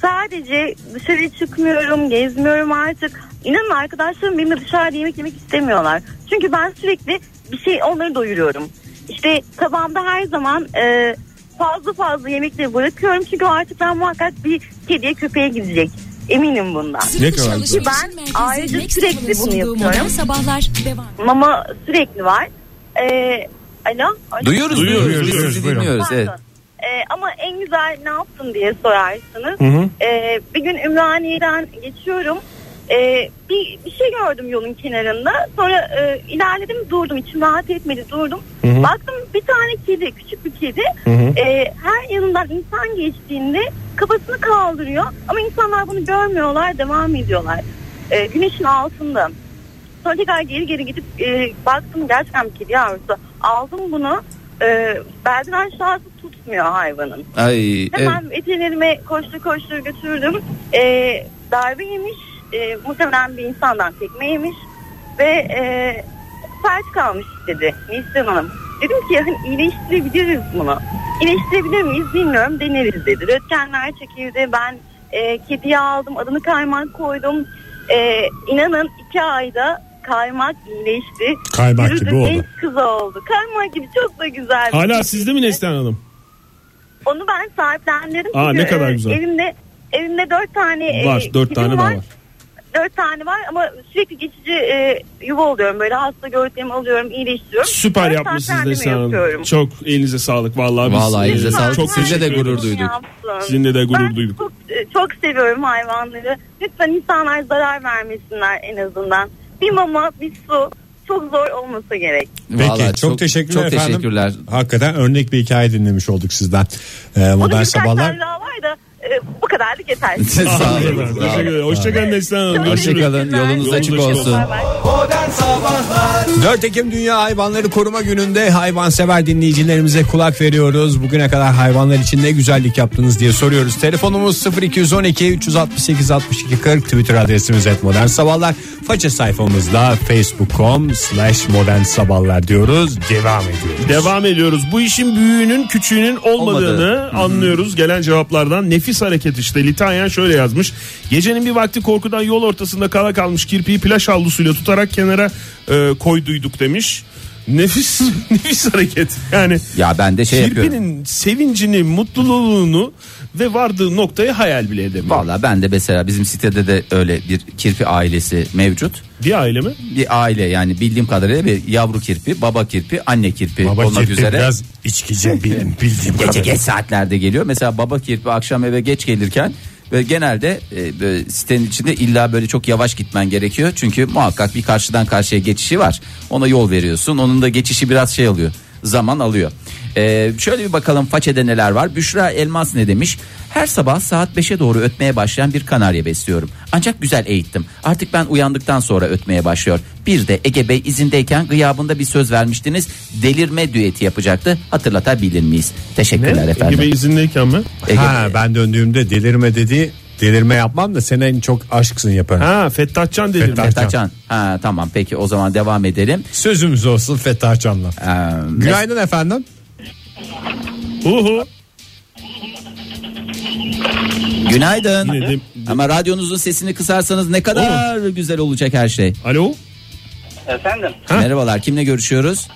[SPEAKER 6] sadece dışarı çıkmıyorum, gezmiyorum artık. İnanın arkadaşlarım benimle dışarıda yemek yemek istemiyorlar. Çünkü ben sürekli bir şey onları doyuruyorum. İşte tabağımda her zaman e, fazla fazla yemekleri bırakıyorum. Çünkü o artık ben muhakkak bir kediye köpeğe gidecek. Eminim bundan.
[SPEAKER 1] Ne
[SPEAKER 7] Ne
[SPEAKER 1] kadar
[SPEAKER 7] kadar
[SPEAKER 1] güzel.
[SPEAKER 6] Ben ayrıca sürekli bunu yapıyorum.
[SPEAKER 7] Sabahlar devam.
[SPEAKER 6] Mama sürekli var. E, alo? Alo?
[SPEAKER 2] Duyuyoruz,
[SPEAKER 3] Duyuyoruz,
[SPEAKER 2] duyuyoruz, Biz
[SPEAKER 1] duyuyoruz,
[SPEAKER 2] sizi
[SPEAKER 1] buyurun.
[SPEAKER 2] dinliyoruz.
[SPEAKER 6] Pardon.
[SPEAKER 2] Evet.
[SPEAKER 6] Ee, ama en güzel ne yaptın diye sorarsınız.
[SPEAKER 3] hı.
[SPEAKER 6] Ee, bir gün Ümraniye'den geçiyorum. Ee, bir, bir şey gördüm yolun kenarında. Sonra e, ilerledim durdum. İçim rahat etmedi durdum. Baktım bir tane kedi küçük bir kedi. Ee, her yanından insan geçtiğinde kafasını kaldırıyor. Ama insanlar bunu görmüyorlar devam ediyorlar. Ee, güneşin altında. Sonra tekrar geri geri gidip e, baktım gerçekten bir kedi yavrusu. Aldım bunu. E, belden aşağısı tutmuyor hayvanın.
[SPEAKER 2] Ay, evet.
[SPEAKER 6] Hemen veterinerime koştu koştu götürdüm. E, darbe yemiş. E, muhtemelen bir insandan tekme yemiş. Ve e, felç kalmış dedi Nisan Hanım. Dedim ki hani iyileştirebiliriz bunu. İyileştirebilir miyiz bilmiyorum deneriz dedi. Röntgenler çekildi. Ben e, kediye aldım. Adını kaymak koydum. E, inanın iki ayda kaymak iyileşti.
[SPEAKER 1] Kaymak gibi
[SPEAKER 6] Yürüdü,
[SPEAKER 1] oldu.
[SPEAKER 6] genç kız oldu. Kaymak gibi çok da güzel. bir şey.
[SPEAKER 3] Hala
[SPEAKER 6] kedi.
[SPEAKER 3] sizde mi Neslihan Hanım?
[SPEAKER 6] Onu ben sahiplendirdim.
[SPEAKER 3] Aa,
[SPEAKER 6] Çünkü,
[SPEAKER 3] ne kadar
[SPEAKER 6] e,
[SPEAKER 3] güzel.
[SPEAKER 6] Evimde, evimde dört tane e,
[SPEAKER 3] Var, dört
[SPEAKER 6] kedim
[SPEAKER 3] tane daha var.
[SPEAKER 6] Dört tane var ama sürekli geçici e, yuva oluyorum. Böyle hasta gördüğümü alıyorum, iyileştiriyorum.
[SPEAKER 3] Süper
[SPEAKER 6] Dört
[SPEAKER 3] yapmışsınız
[SPEAKER 6] tane
[SPEAKER 3] Neslihan
[SPEAKER 6] kendime
[SPEAKER 3] Hanım.
[SPEAKER 6] yapıyorum.
[SPEAKER 3] Çok elinize sağlık vallahi. biz,
[SPEAKER 2] Vallahi elinize
[SPEAKER 3] e,
[SPEAKER 2] sağlık.
[SPEAKER 3] Çok
[SPEAKER 2] Size de
[SPEAKER 3] teşekkür
[SPEAKER 2] gurur
[SPEAKER 3] ediyoruz.
[SPEAKER 2] duyduk.
[SPEAKER 6] Yapsın.
[SPEAKER 3] Sizinle de gurur
[SPEAKER 6] Ben
[SPEAKER 3] duyduk.
[SPEAKER 6] Çok, e, çok seviyorum hayvanları. Lütfen insanlar zarar vermesinler en azından. Bir mama, bir su çok zor olmasa gerek.
[SPEAKER 1] Peki
[SPEAKER 2] Vallahi
[SPEAKER 1] çok, teşekkürler
[SPEAKER 2] çok
[SPEAKER 1] efendim.
[SPEAKER 2] teşekkürler.
[SPEAKER 1] Hakikaten örnek bir hikaye dinlemiş olduk sizden. Ee,
[SPEAKER 6] Bunun
[SPEAKER 1] modern
[SPEAKER 6] birkaç tane
[SPEAKER 1] sabahlar.
[SPEAKER 6] daha var da e, bu kadarlık yeter.
[SPEAKER 2] Sağ olun.
[SPEAKER 3] Teşekkür ederim. Hoşçakalın Neslihan Hanım. Görüşürüz.
[SPEAKER 2] Hoşçakalın. Yolunuz
[SPEAKER 3] Yolunuz
[SPEAKER 2] açık
[SPEAKER 3] açık
[SPEAKER 2] olsun.
[SPEAKER 3] olsun.
[SPEAKER 1] 4 Ekim Dünya Hayvanları Koruma Günü'nde hayvansever dinleyicilerimize kulak veriyoruz. Bugüne kadar hayvanlar için ne güzellik yaptınız diye soruyoruz. Telefonumuz 0212 368 62 40 Twitter adresimiz et modern sabahlar. Faça sayfamızda facebook.com slash modern sabahlar diyoruz. Devam ediyoruz.
[SPEAKER 3] Devam ediyoruz. Bu işin büyüğünün küçüğünün olmadığını
[SPEAKER 2] Olmadı.
[SPEAKER 3] anlıyoruz. Gelen cevaplardan nefis hareket işte. Litanyen şöyle yazmış. Gecenin bir vakti korkudan yol ortasında kala kalmış kirpiyi plaj havlusuyla tutarak kenara e, koyduyduk demiş. Nefis nefis hareket. Yani
[SPEAKER 2] Ya ben de şey yapıyorum.
[SPEAKER 3] kirpinin sevincini, mutluluğunu ve vardığı noktayı hayal bile edemiyor.
[SPEAKER 2] Valla ben de mesela bizim sitede de öyle bir kirpi ailesi mevcut.
[SPEAKER 3] Bir aile mi?
[SPEAKER 2] Bir aile yani bildiğim kadarıyla bir yavru kirpi, baba kirpi, anne kirpi olmak
[SPEAKER 1] kirpi
[SPEAKER 2] üzere.
[SPEAKER 1] biraz içkici benim bildiğim
[SPEAKER 2] Gece
[SPEAKER 1] kadarıyla.
[SPEAKER 2] geç saatlerde geliyor. Mesela baba kirpi akşam eve geç gelirken ve genelde e, böyle sitenin içinde illa böyle çok yavaş gitmen gerekiyor. Çünkü muhakkak bir karşıdan karşıya geçişi var. Ona yol veriyorsun. Onun da geçişi biraz şey alıyor. Zaman alıyor. E, şöyle bir bakalım façede neler var. Büşra Elmas ne demiş? Her sabah saat 5'e doğru ötmeye başlayan bir kanarya besliyorum. Ancak güzel eğittim. Artık ben uyandıktan sonra ötmeye başlıyor. Bir de Ege Bey izindeyken gıyabında bir söz vermiştiniz. Delirme düeti yapacaktı. Hatırlatabilir miyiz? Teşekkürler efendim.
[SPEAKER 3] Gibi izinleyken mi?
[SPEAKER 2] Ege
[SPEAKER 1] Ha,
[SPEAKER 2] Bey.
[SPEAKER 1] ben döndüğümde delirme dedi. Delirme yapmam da sen en çok aşksın yaparım.
[SPEAKER 3] Ha Fettahcan dedim.
[SPEAKER 1] Fettah-
[SPEAKER 2] Fettah Can. Ha, tamam peki o zaman devam edelim.
[SPEAKER 1] Sözümüz olsun Fettah Can'la.
[SPEAKER 2] Ee,
[SPEAKER 1] Günaydın efendim.
[SPEAKER 3] Uhu.
[SPEAKER 2] günaydın.
[SPEAKER 3] Yine de-
[SPEAKER 2] Ama radyonuzun sesini kısarsanız ne kadar güzel olacak her şey.
[SPEAKER 3] Alo.
[SPEAKER 8] Efendim
[SPEAKER 3] Ha.
[SPEAKER 2] Merhabalar kimle görüşüyoruz?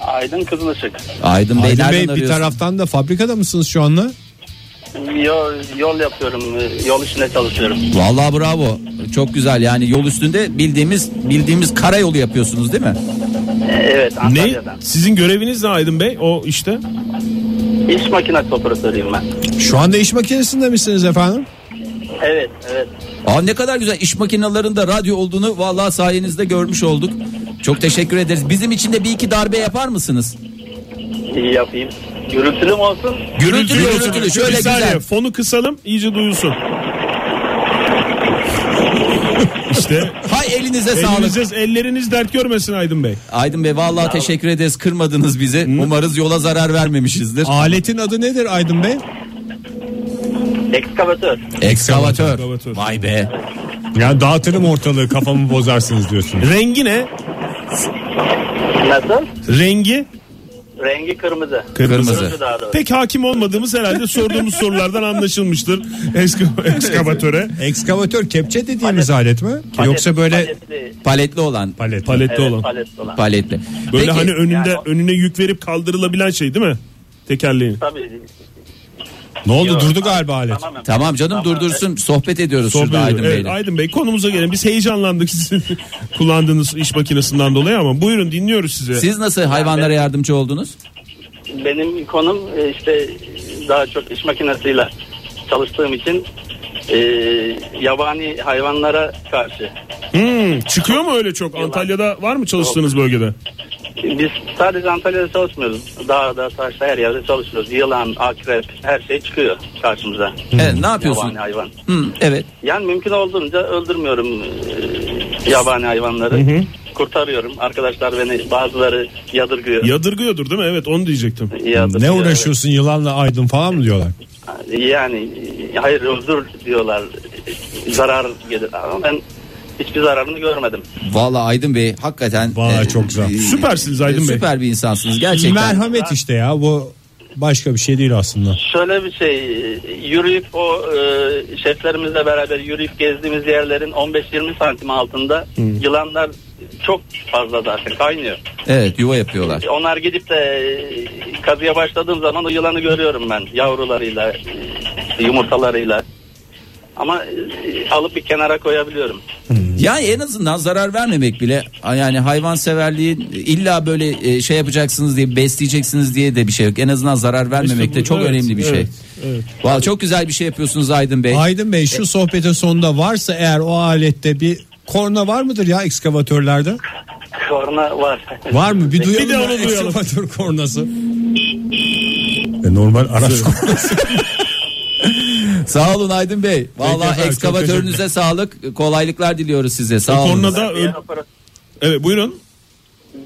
[SPEAKER 8] Aydın Kızılışık.
[SPEAKER 2] Aydın,
[SPEAKER 1] Aydın
[SPEAKER 2] Bey,
[SPEAKER 1] Bey
[SPEAKER 2] nereden
[SPEAKER 1] bir
[SPEAKER 2] arıyorsun?
[SPEAKER 1] taraftan da fabrikada mısınız şu anda?
[SPEAKER 8] Yol, yol yapıyorum yol işine çalışıyorum.
[SPEAKER 2] Vallahi bravo. Çok güzel yani yol üstünde bildiğimiz bildiğimiz karayolu yapıyorsunuz değil mi?
[SPEAKER 8] Evet
[SPEAKER 3] Ne?
[SPEAKER 8] Antalya'dan.
[SPEAKER 3] Sizin göreviniz ne Aydın Bey? O işte.
[SPEAKER 8] İş makinesi operatörüyüm ben.
[SPEAKER 1] Şu anda iş makinesinde misiniz efendim?
[SPEAKER 8] Evet, evet.
[SPEAKER 2] Aa, ne kadar güzel iş makinelerinde radyo olduğunu vallahi sayenizde görmüş olduk. Çok teşekkür ederiz. Bizim için de bir iki darbe yapar mısınız?
[SPEAKER 8] İyi yapayım. Gürültülü mü olsun?
[SPEAKER 2] Gürültülü gürültülü, şöyle
[SPEAKER 3] Bir saniye,
[SPEAKER 2] güzel.
[SPEAKER 3] Fonu kısalım iyice duyulsun. işte
[SPEAKER 2] Hay elinize sağlık.
[SPEAKER 3] eliniz, elleriniz dert görmesin Aydın Bey.
[SPEAKER 2] Aydın Bey vallahi teşekkür ederiz. Kırmadınız bizi. Umarız yola zarar vermemişizdir.
[SPEAKER 1] Aletin adı nedir Aydın Bey?
[SPEAKER 8] Ekskavatör.
[SPEAKER 2] Ekskavatör.
[SPEAKER 3] Ekskavatör.
[SPEAKER 2] Vay be.
[SPEAKER 1] Yani dağıtırım ortalığı kafamı bozarsınız diyorsunuz.
[SPEAKER 3] Rengi ne?
[SPEAKER 8] Nasıl?
[SPEAKER 3] Rengi
[SPEAKER 8] Rengi kırmızı.
[SPEAKER 2] Kırmızı.
[SPEAKER 8] Kırmızı daha doğrusu.
[SPEAKER 3] pek hakim olmadığımız herhalde sorduğumuz sorulardan anlaşılmıştır. Eska- Ekskavatöre
[SPEAKER 1] Ekskavatör kepçe dediğimiz alet mi?
[SPEAKER 8] Palet-
[SPEAKER 1] Yoksa böyle
[SPEAKER 8] paletli,
[SPEAKER 2] Paletli olan.
[SPEAKER 1] palet.
[SPEAKER 3] paletli
[SPEAKER 8] evet,
[SPEAKER 3] olan.
[SPEAKER 8] paletli olan.
[SPEAKER 2] Paletli.
[SPEAKER 3] Böyle
[SPEAKER 2] Peki,
[SPEAKER 3] hani önünde
[SPEAKER 8] Yani o-
[SPEAKER 3] önüne yük verip kaldırılabilen şey değil mi? Tekerleğin.
[SPEAKER 8] Tabii.
[SPEAKER 1] Ne oldu
[SPEAKER 8] Yok,
[SPEAKER 1] durdu galiba alet.
[SPEAKER 8] Tamamen.
[SPEAKER 2] Tamam canım durdursun. Sohbet ediyoruz
[SPEAKER 3] Sohbet
[SPEAKER 2] şurada Aydın
[SPEAKER 3] ediyoruz.
[SPEAKER 2] Bey'le.
[SPEAKER 3] Evet, Aydın Bey konumuza gelin. Biz heyecanlandık sizin kullandığınız iş makinesinden dolayı ama buyurun dinliyoruz sizi.
[SPEAKER 2] Siz nasıl hayvanlara yardımcı oldunuz?
[SPEAKER 8] Benim konum e, işte daha çok iş makinesiyle çalıştığım için e, yabani hayvanlara karşı.
[SPEAKER 3] Hmm, çıkıyor mu öyle çok? Antalya'da var mı çalıştığınız bölgede?
[SPEAKER 8] Biz sadece Antalya'da çalışmıyoruz. Dağda, taşta her yerde çalışıyoruz. Yılan, akrep her şey çıkıyor karşımıza.
[SPEAKER 2] Evet, Ee, ne yapıyorsun?
[SPEAKER 8] Yabani hayvan.
[SPEAKER 2] Hı, evet.
[SPEAKER 8] Yani mümkün olduğunca öldürmüyorum e, yabani hayvanları. Kurtarıyorum. Arkadaşlar beni bazıları yadırgıyor.
[SPEAKER 3] Yadırgıyordur değil mi? Evet onu diyecektim.
[SPEAKER 8] Yadırgıyor,
[SPEAKER 1] Ne uğraşıyorsun yılanla aydın falan mı diyorlar?
[SPEAKER 8] evet. Yani e, hayır öldür diyorlar. E, Zarar gelir. Ama ben hiçbir zararını görmedim.
[SPEAKER 2] Vallahi Aydın Bey hakikaten. e,
[SPEAKER 1] Vallahi çok güzel.
[SPEAKER 3] Süpersiniz Aydın Bey.
[SPEAKER 2] Süper bir insansınız gerçekten.
[SPEAKER 1] Merhamet işte ya bu başka bir şey değil aslında.
[SPEAKER 8] Şöyle bir şey e, yürüyüp o e, şeflerimizle beraber yürüyüp gezdiğimiz yerlerin 15-20 santim altında yılanlar çok fazla zaten kaynıyor.
[SPEAKER 2] Evet yuva yapıyorlar.
[SPEAKER 8] Onlar gidip de e, kazıya başladığım zaman o yılanı görüyorum ben yavrularıyla, e, yumurtalarıyla. Ama e, alıp bir kenara koyabiliyorum.
[SPEAKER 2] Yani en azından zarar vermemek bile yani hayvanseverliği illa böyle e, şey yapacaksınız diye besleyeceksiniz diye de bir şey yok. En azından zarar vermemek
[SPEAKER 3] İşte bu-
[SPEAKER 2] de çok
[SPEAKER 3] evet,
[SPEAKER 2] önemli bir şey.
[SPEAKER 3] evet, evet.
[SPEAKER 2] Vallahi çok güzel bir şey yapıyorsunuz Aydın Bey.
[SPEAKER 1] Aydın Bey şu sohbetin sonunda varsa eğer o alette bir korna var mıdır ya ekskavatörlerde?
[SPEAKER 8] Korna var.
[SPEAKER 1] Var mı? Bir duyalım.
[SPEAKER 3] Bir de
[SPEAKER 1] ya,
[SPEAKER 3] onu duyalım.
[SPEAKER 1] Ekskavatör kornası. E, normal araç kornası.
[SPEAKER 2] Sağ olun Aydın Bey.
[SPEAKER 1] Peki
[SPEAKER 2] Vallahi
[SPEAKER 1] efendim, çok
[SPEAKER 2] ekskavatörünüze sağlık. Kolaylıklar diliyoruz size. Sağ
[SPEAKER 3] O
[SPEAKER 2] olun.
[SPEAKER 3] konuda da
[SPEAKER 8] Diğer,
[SPEAKER 3] ö-
[SPEAKER 8] operatör,
[SPEAKER 3] Evet buyurun.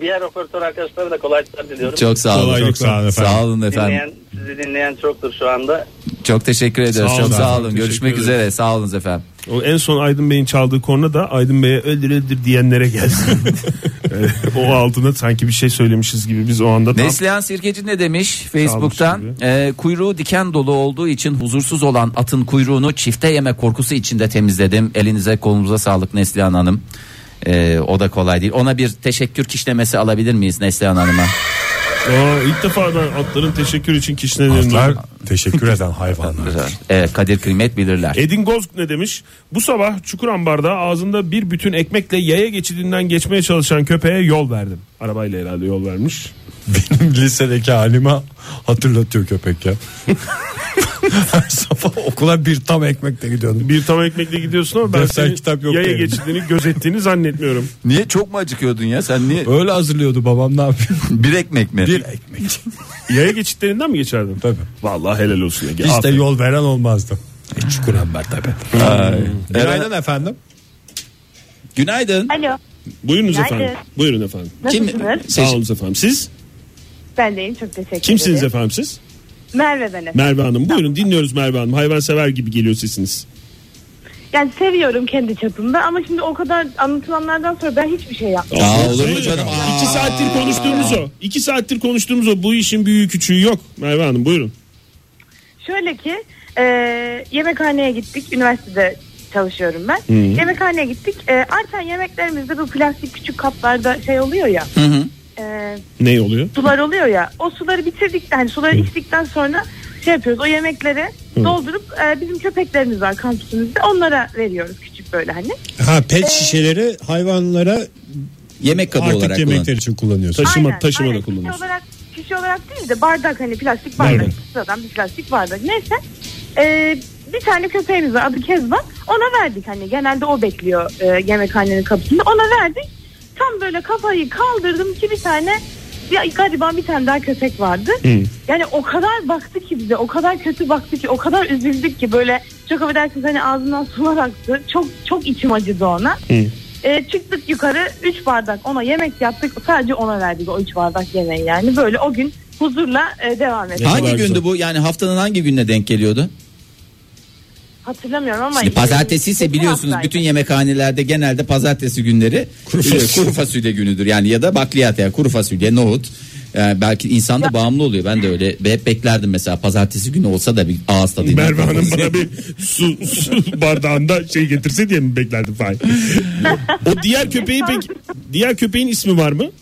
[SPEAKER 8] diğer operatör arkadaşlara da kolaylıklar
[SPEAKER 3] e,
[SPEAKER 8] diliyorum.
[SPEAKER 2] Çok sağ olun.
[SPEAKER 1] Kolaylıklar.
[SPEAKER 2] Çok sağ olun efendim. Sağ olun efendim.
[SPEAKER 8] Dinleyen, sizi dinleyen çoktur şu anda.
[SPEAKER 2] Çok teşekkür ediyoruz.
[SPEAKER 3] Sağ olun
[SPEAKER 2] çok sağ
[SPEAKER 3] efendim,
[SPEAKER 2] olun.
[SPEAKER 3] teşekkür
[SPEAKER 2] Görüşmek
[SPEAKER 3] ederiz.
[SPEAKER 2] üzere. Sağ olun efendim.
[SPEAKER 3] O en son Aydın Bey'in çaldığı korna da Aydın Bey'e öldür öldür diyenlere gelsin. Evet, o altına sanki bir şey söylemişiz gibi biz o anda tam-
[SPEAKER 2] Neslihan Sirkeci ne demiş Facebook'tan?
[SPEAKER 3] Çalmış
[SPEAKER 2] E, kuyruğu diken dolu olduğu için huzursuz olan atın kuyruğunu çifte yeme korkusu içinde temizledim. Elinize kolunuza sağlık Neslihan Hanım. E, o da kolay değil. Ona bir teşekkür kişnemesi alabilir miyiz Neslihan Hanım'a?
[SPEAKER 3] Aa, ilk defa ben atların teşekkür için kişilerini...
[SPEAKER 1] Atlar teşekkür eden hayvanlar.
[SPEAKER 2] Evet, kadir kıymet bilirler.
[SPEAKER 3] Edin Gozg ne demiş? Bu sabah Çukurambar'da ağzında bir bütün ekmekle yaya geçidinden geçmeye çalışan köpeğe yol verdim. Arabayla herhalde yol vermiş.
[SPEAKER 1] Benim lisedeki halime hatırlatıyor köpek ya. Her sabah okula bir tam ekmekle gidiyordum.
[SPEAKER 3] Bir tam ekmekle gidiyorsun ama ben
[SPEAKER 1] Defter,
[SPEAKER 3] senin
[SPEAKER 1] kitap yok
[SPEAKER 3] yaya
[SPEAKER 1] benim.
[SPEAKER 3] geçidini gözettiğini zannetmiyorum.
[SPEAKER 2] Niye çok mu acıkıyordun ya sen niye?
[SPEAKER 1] Öyle hazırlıyordu babam ne yapayım?
[SPEAKER 2] bir ekmek mi?
[SPEAKER 1] Bir ekmek.
[SPEAKER 3] Yaya geçitlerinden mi geçerdin?
[SPEAKER 1] Tabii.
[SPEAKER 3] Vallahi helal olsun. Ege.
[SPEAKER 1] Hiç de
[SPEAKER 3] Aferin.
[SPEAKER 1] yol veren olmazdı. E, Çukur Amber tabii. Günaydın efendim.
[SPEAKER 2] Günaydın.
[SPEAKER 7] Alo.
[SPEAKER 3] Buyurunuz
[SPEAKER 7] Günaydın.
[SPEAKER 3] efendim. Buyurun efendim.
[SPEAKER 7] Nasılsınız?
[SPEAKER 3] Sağ olun efendim. Siz
[SPEAKER 7] Ben deyim. Çok teşekkür
[SPEAKER 3] kimsiniz
[SPEAKER 7] ederim.
[SPEAKER 3] efendim siz?
[SPEAKER 7] Merve ben efendim.
[SPEAKER 3] Merve Hanım. Buyurun dinliyoruz Merve Hanım. Hayvansever gibi geliyor sesiniz.
[SPEAKER 7] Yani seviyorum kendi çapımda ama şimdi o kadar anlatılanlardan sonra ben hiçbir şey yapmadım.
[SPEAKER 2] Aa, olur
[SPEAKER 3] Sayın
[SPEAKER 2] mu canım?
[SPEAKER 3] efendim,
[SPEAKER 2] Aa.
[SPEAKER 3] İki saattir konuştuğumuz o. İki saattir konuştuğumuz o. Bu işin büyüğü küçüğü yok. Merve Hanım buyurun.
[SPEAKER 7] Şöyle ki e, yemekhaneye gittik. Üniversitede çalışıyorum ben. Yemekhaneye gittik. E, artan yemeklerimizde bu plastik küçük kaplarda şey oluyor ya.
[SPEAKER 2] Hı hı.
[SPEAKER 7] E,
[SPEAKER 3] Ne oluyor?
[SPEAKER 7] sular oluyor ya. O suları bitirdikten, hani suları içtikten sonra şey yapıyoruz. O yemekleri doldurup e, bizim köpeklerimiz var kampüsümüzde. Onlara veriyoruz küçük böyle hani.
[SPEAKER 1] Ha pet şişeleri hayvanlara
[SPEAKER 2] Yemek kabı
[SPEAKER 1] artık
[SPEAKER 2] olarak
[SPEAKER 1] yemekler
[SPEAKER 2] kullan.
[SPEAKER 1] için kullanıyorsun.
[SPEAKER 3] Taşıma-
[SPEAKER 7] Aynen,
[SPEAKER 3] taşıma da
[SPEAKER 7] aynen. Şişe
[SPEAKER 3] kullanıyorsun.
[SPEAKER 7] olarak, şişe bir şey olarak değil de bardak hani plastik bardak.
[SPEAKER 3] Evet.
[SPEAKER 7] Sıradan bir plastik bardak. Neyse. Ee, bir tane köpeğimiz var adı Kezban. Ona verdik hani genelde o bekliyor e, yemekhanenin kapısında. Ona verdik. Tam böyle kafayı kaldırdım ki bir tane bir, gariban bir tane daha köpek vardı. Yani o kadar baktı ki bize o kadar kötü baktı ki o kadar üzüldük ki böyle çok affedersiniz hani ağzından sular aktı. Çok çok içim acıdı ona. Ee, çıktık yukarı 3 bardak ona yemek yaptık sadece ona verdik o 3 bardak yemeği yani böyle o gün huzurla e, devam ettik.
[SPEAKER 3] Ne kadar
[SPEAKER 2] hangi gündü
[SPEAKER 3] güzel.
[SPEAKER 2] bu? Yani haftanın hangi gününe denk geliyordu?
[SPEAKER 7] Hatırlamıyorum ama.
[SPEAKER 2] Şimdi pazartesi ise
[SPEAKER 7] Geçen
[SPEAKER 2] biliyorsunuz
[SPEAKER 7] haftaydı.
[SPEAKER 2] bütün yemekhanelerde genelde pazartesi günleri kuru fasulye, kuru fasulye günüdür. Yani ya da bakliyat yani kuru fasulye, nohut. Yani belki insan da bağımlı oluyor. Ben de öyle ve hep beklerdim mesela pazartesi günü olsa da bir ağız tadıyla.
[SPEAKER 3] Merve Hanım bana bir su, su bardağında şey getirse diye mi beklerdim Fahir? o diğer köpeği peki diğer köpeğin ismi var mı?
[SPEAKER 7] Yok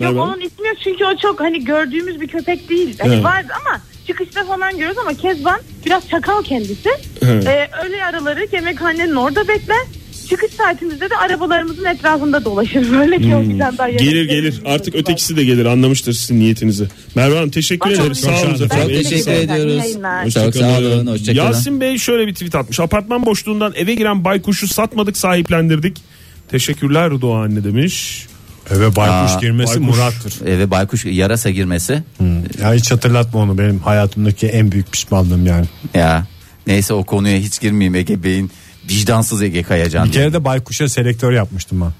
[SPEAKER 3] Merve Hanım.
[SPEAKER 7] onun ismi yok çünkü o çok hani gördüğümüz bir köpek değil. Hani
[SPEAKER 3] Evet.
[SPEAKER 7] var ama çıkışta falan görüyoruz ama Kezban biraz çakal kendisi.
[SPEAKER 3] Evet.
[SPEAKER 7] Ee, öğle araları yemekhanenin orada bekler. Çıkış saatimizde de arabalarımızın etrafında dolaşır. Böyle ki o
[SPEAKER 2] Hmm.
[SPEAKER 7] yüzden ben
[SPEAKER 3] Gelir
[SPEAKER 7] yemek-
[SPEAKER 3] gelir. Artık ötekisi de gelir. Anlamıştır sizin niyetinizi. Merve Hanım teşekkür
[SPEAKER 7] Çok
[SPEAKER 3] ederim. Sağ olun.
[SPEAKER 1] teşekkür
[SPEAKER 3] efendim.
[SPEAKER 2] Çok
[SPEAKER 7] Ben de
[SPEAKER 3] Elinize
[SPEAKER 2] teşekkür
[SPEAKER 3] sağlık.
[SPEAKER 7] ederim.
[SPEAKER 2] ediyoruz.
[SPEAKER 7] Yayınlar.
[SPEAKER 2] Çok sağ olun. Hoşçakalın.
[SPEAKER 3] Yasin Bey şöyle bir tweet atmış. Apartman boşluğundan eve giren baykuşu satmadık sahiplendirdik. Teşekkürler Doğa anne demiş.
[SPEAKER 1] Eve baykuş
[SPEAKER 2] Aa,
[SPEAKER 1] girmesi
[SPEAKER 3] baykuş.
[SPEAKER 1] murattır.
[SPEAKER 2] Eve baykuş yarasa girmesi.
[SPEAKER 1] Ya hiç hatırlatma onu benim hayatımdaki en büyük pişmanlığım yani.
[SPEAKER 2] Ya neyse o konuya hiç girmeyeyim Ege Bey'in vicdansız Ege Kayacan.
[SPEAKER 1] Bir kere de baykuşa selektör yapmıştım ben.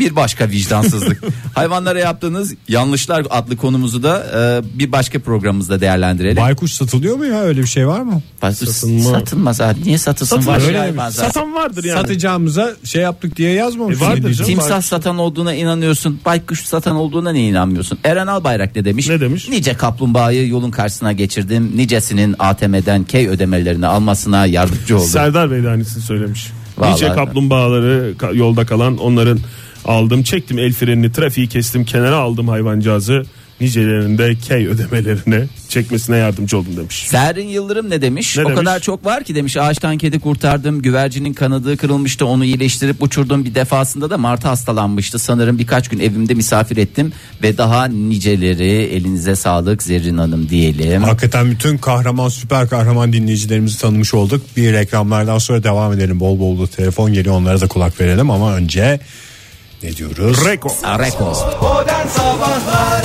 [SPEAKER 2] bir başka vicdansızlık. Hayvanlara yaptığınız yanlışlar adlı konumuzu da e, bir başka programımızda değerlendirelim.
[SPEAKER 1] Baykuş satılıyor mu ya öyle bir şey var mı?
[SPEAKER 2] satılma. Satılmaz abi. Niye satılsın?
[SPEAKER 3] Satılır.
[SPEAKER 2] Var
[SPEAKER 3] Öyle
[SPEAKER 2] hayvan
[SPEAKER 3] mi?
[SPEAKER 2] zaten.
[SPEAKER 3] Satan vardır yani.
[SPEAKER 1] Satacağımıza şey yaptık diye yazmamış.
[SPEAKER 3] E, vardır
[SPEAKER 1] dinleyici.
[SPEAKER 3] canım.
[SPEAKER 2] Timsah satan olduğuna inanıyorsun. Baykuş satan olduğuna niye inanmıyorsun? Eren Albayrak ne demiş?
[SPEAKER 3] Ne demiş?
[SPEAKER 2] Nice kaplumbağayı yolun karşısına geçirdim. Nicesinin ATM'den key ödemelerini almasına yardımcı oldum.
[SPEAKER 3] Serdar Bey de aynısını söylemiş.
[SPEAKER 2] Vallahi
[SPEAKER 3] nice
[SPEAKER 2] de.
[SPEAKER 3] kaplumbağaları ka- yolda kalan onların aldım çektim el frenini trafiği kestim kenara aldım hayvancağızı nicelerinde key ödemelerine çekmesine yardımcı oldum demiş.
[SPEAKER 2] Serin Yıldırım ne demiş?
[SPEAKER 3] Ne
[SPEAKER 2] o
[SPEAKER 3] demiş?
[SPEAKER 2] kadar çok var ki demiş ağaçtan kedi kurtardım. Güvercinin kanadı kırılmıştı onu iyileştirip uçurdum. Bir defasında da Martı hastalanmıştı. Sanırım birkaç gün evimde misafir ettim. Ve daha niceleri elinize sağlık Zerrin Hanım diyelim.
[SPEAKER 1] Hakikaten bütün kahraman süper kahraman dinleyicilerimizi tanımış olduk. Bir reklamlardan sonra devam edelim. Bol bol da telefon geliyor onlara da kulak verelim ama önce ne diyoruz?
[SPEAKER 3] Reko.
[SPEAKER 2] Areko.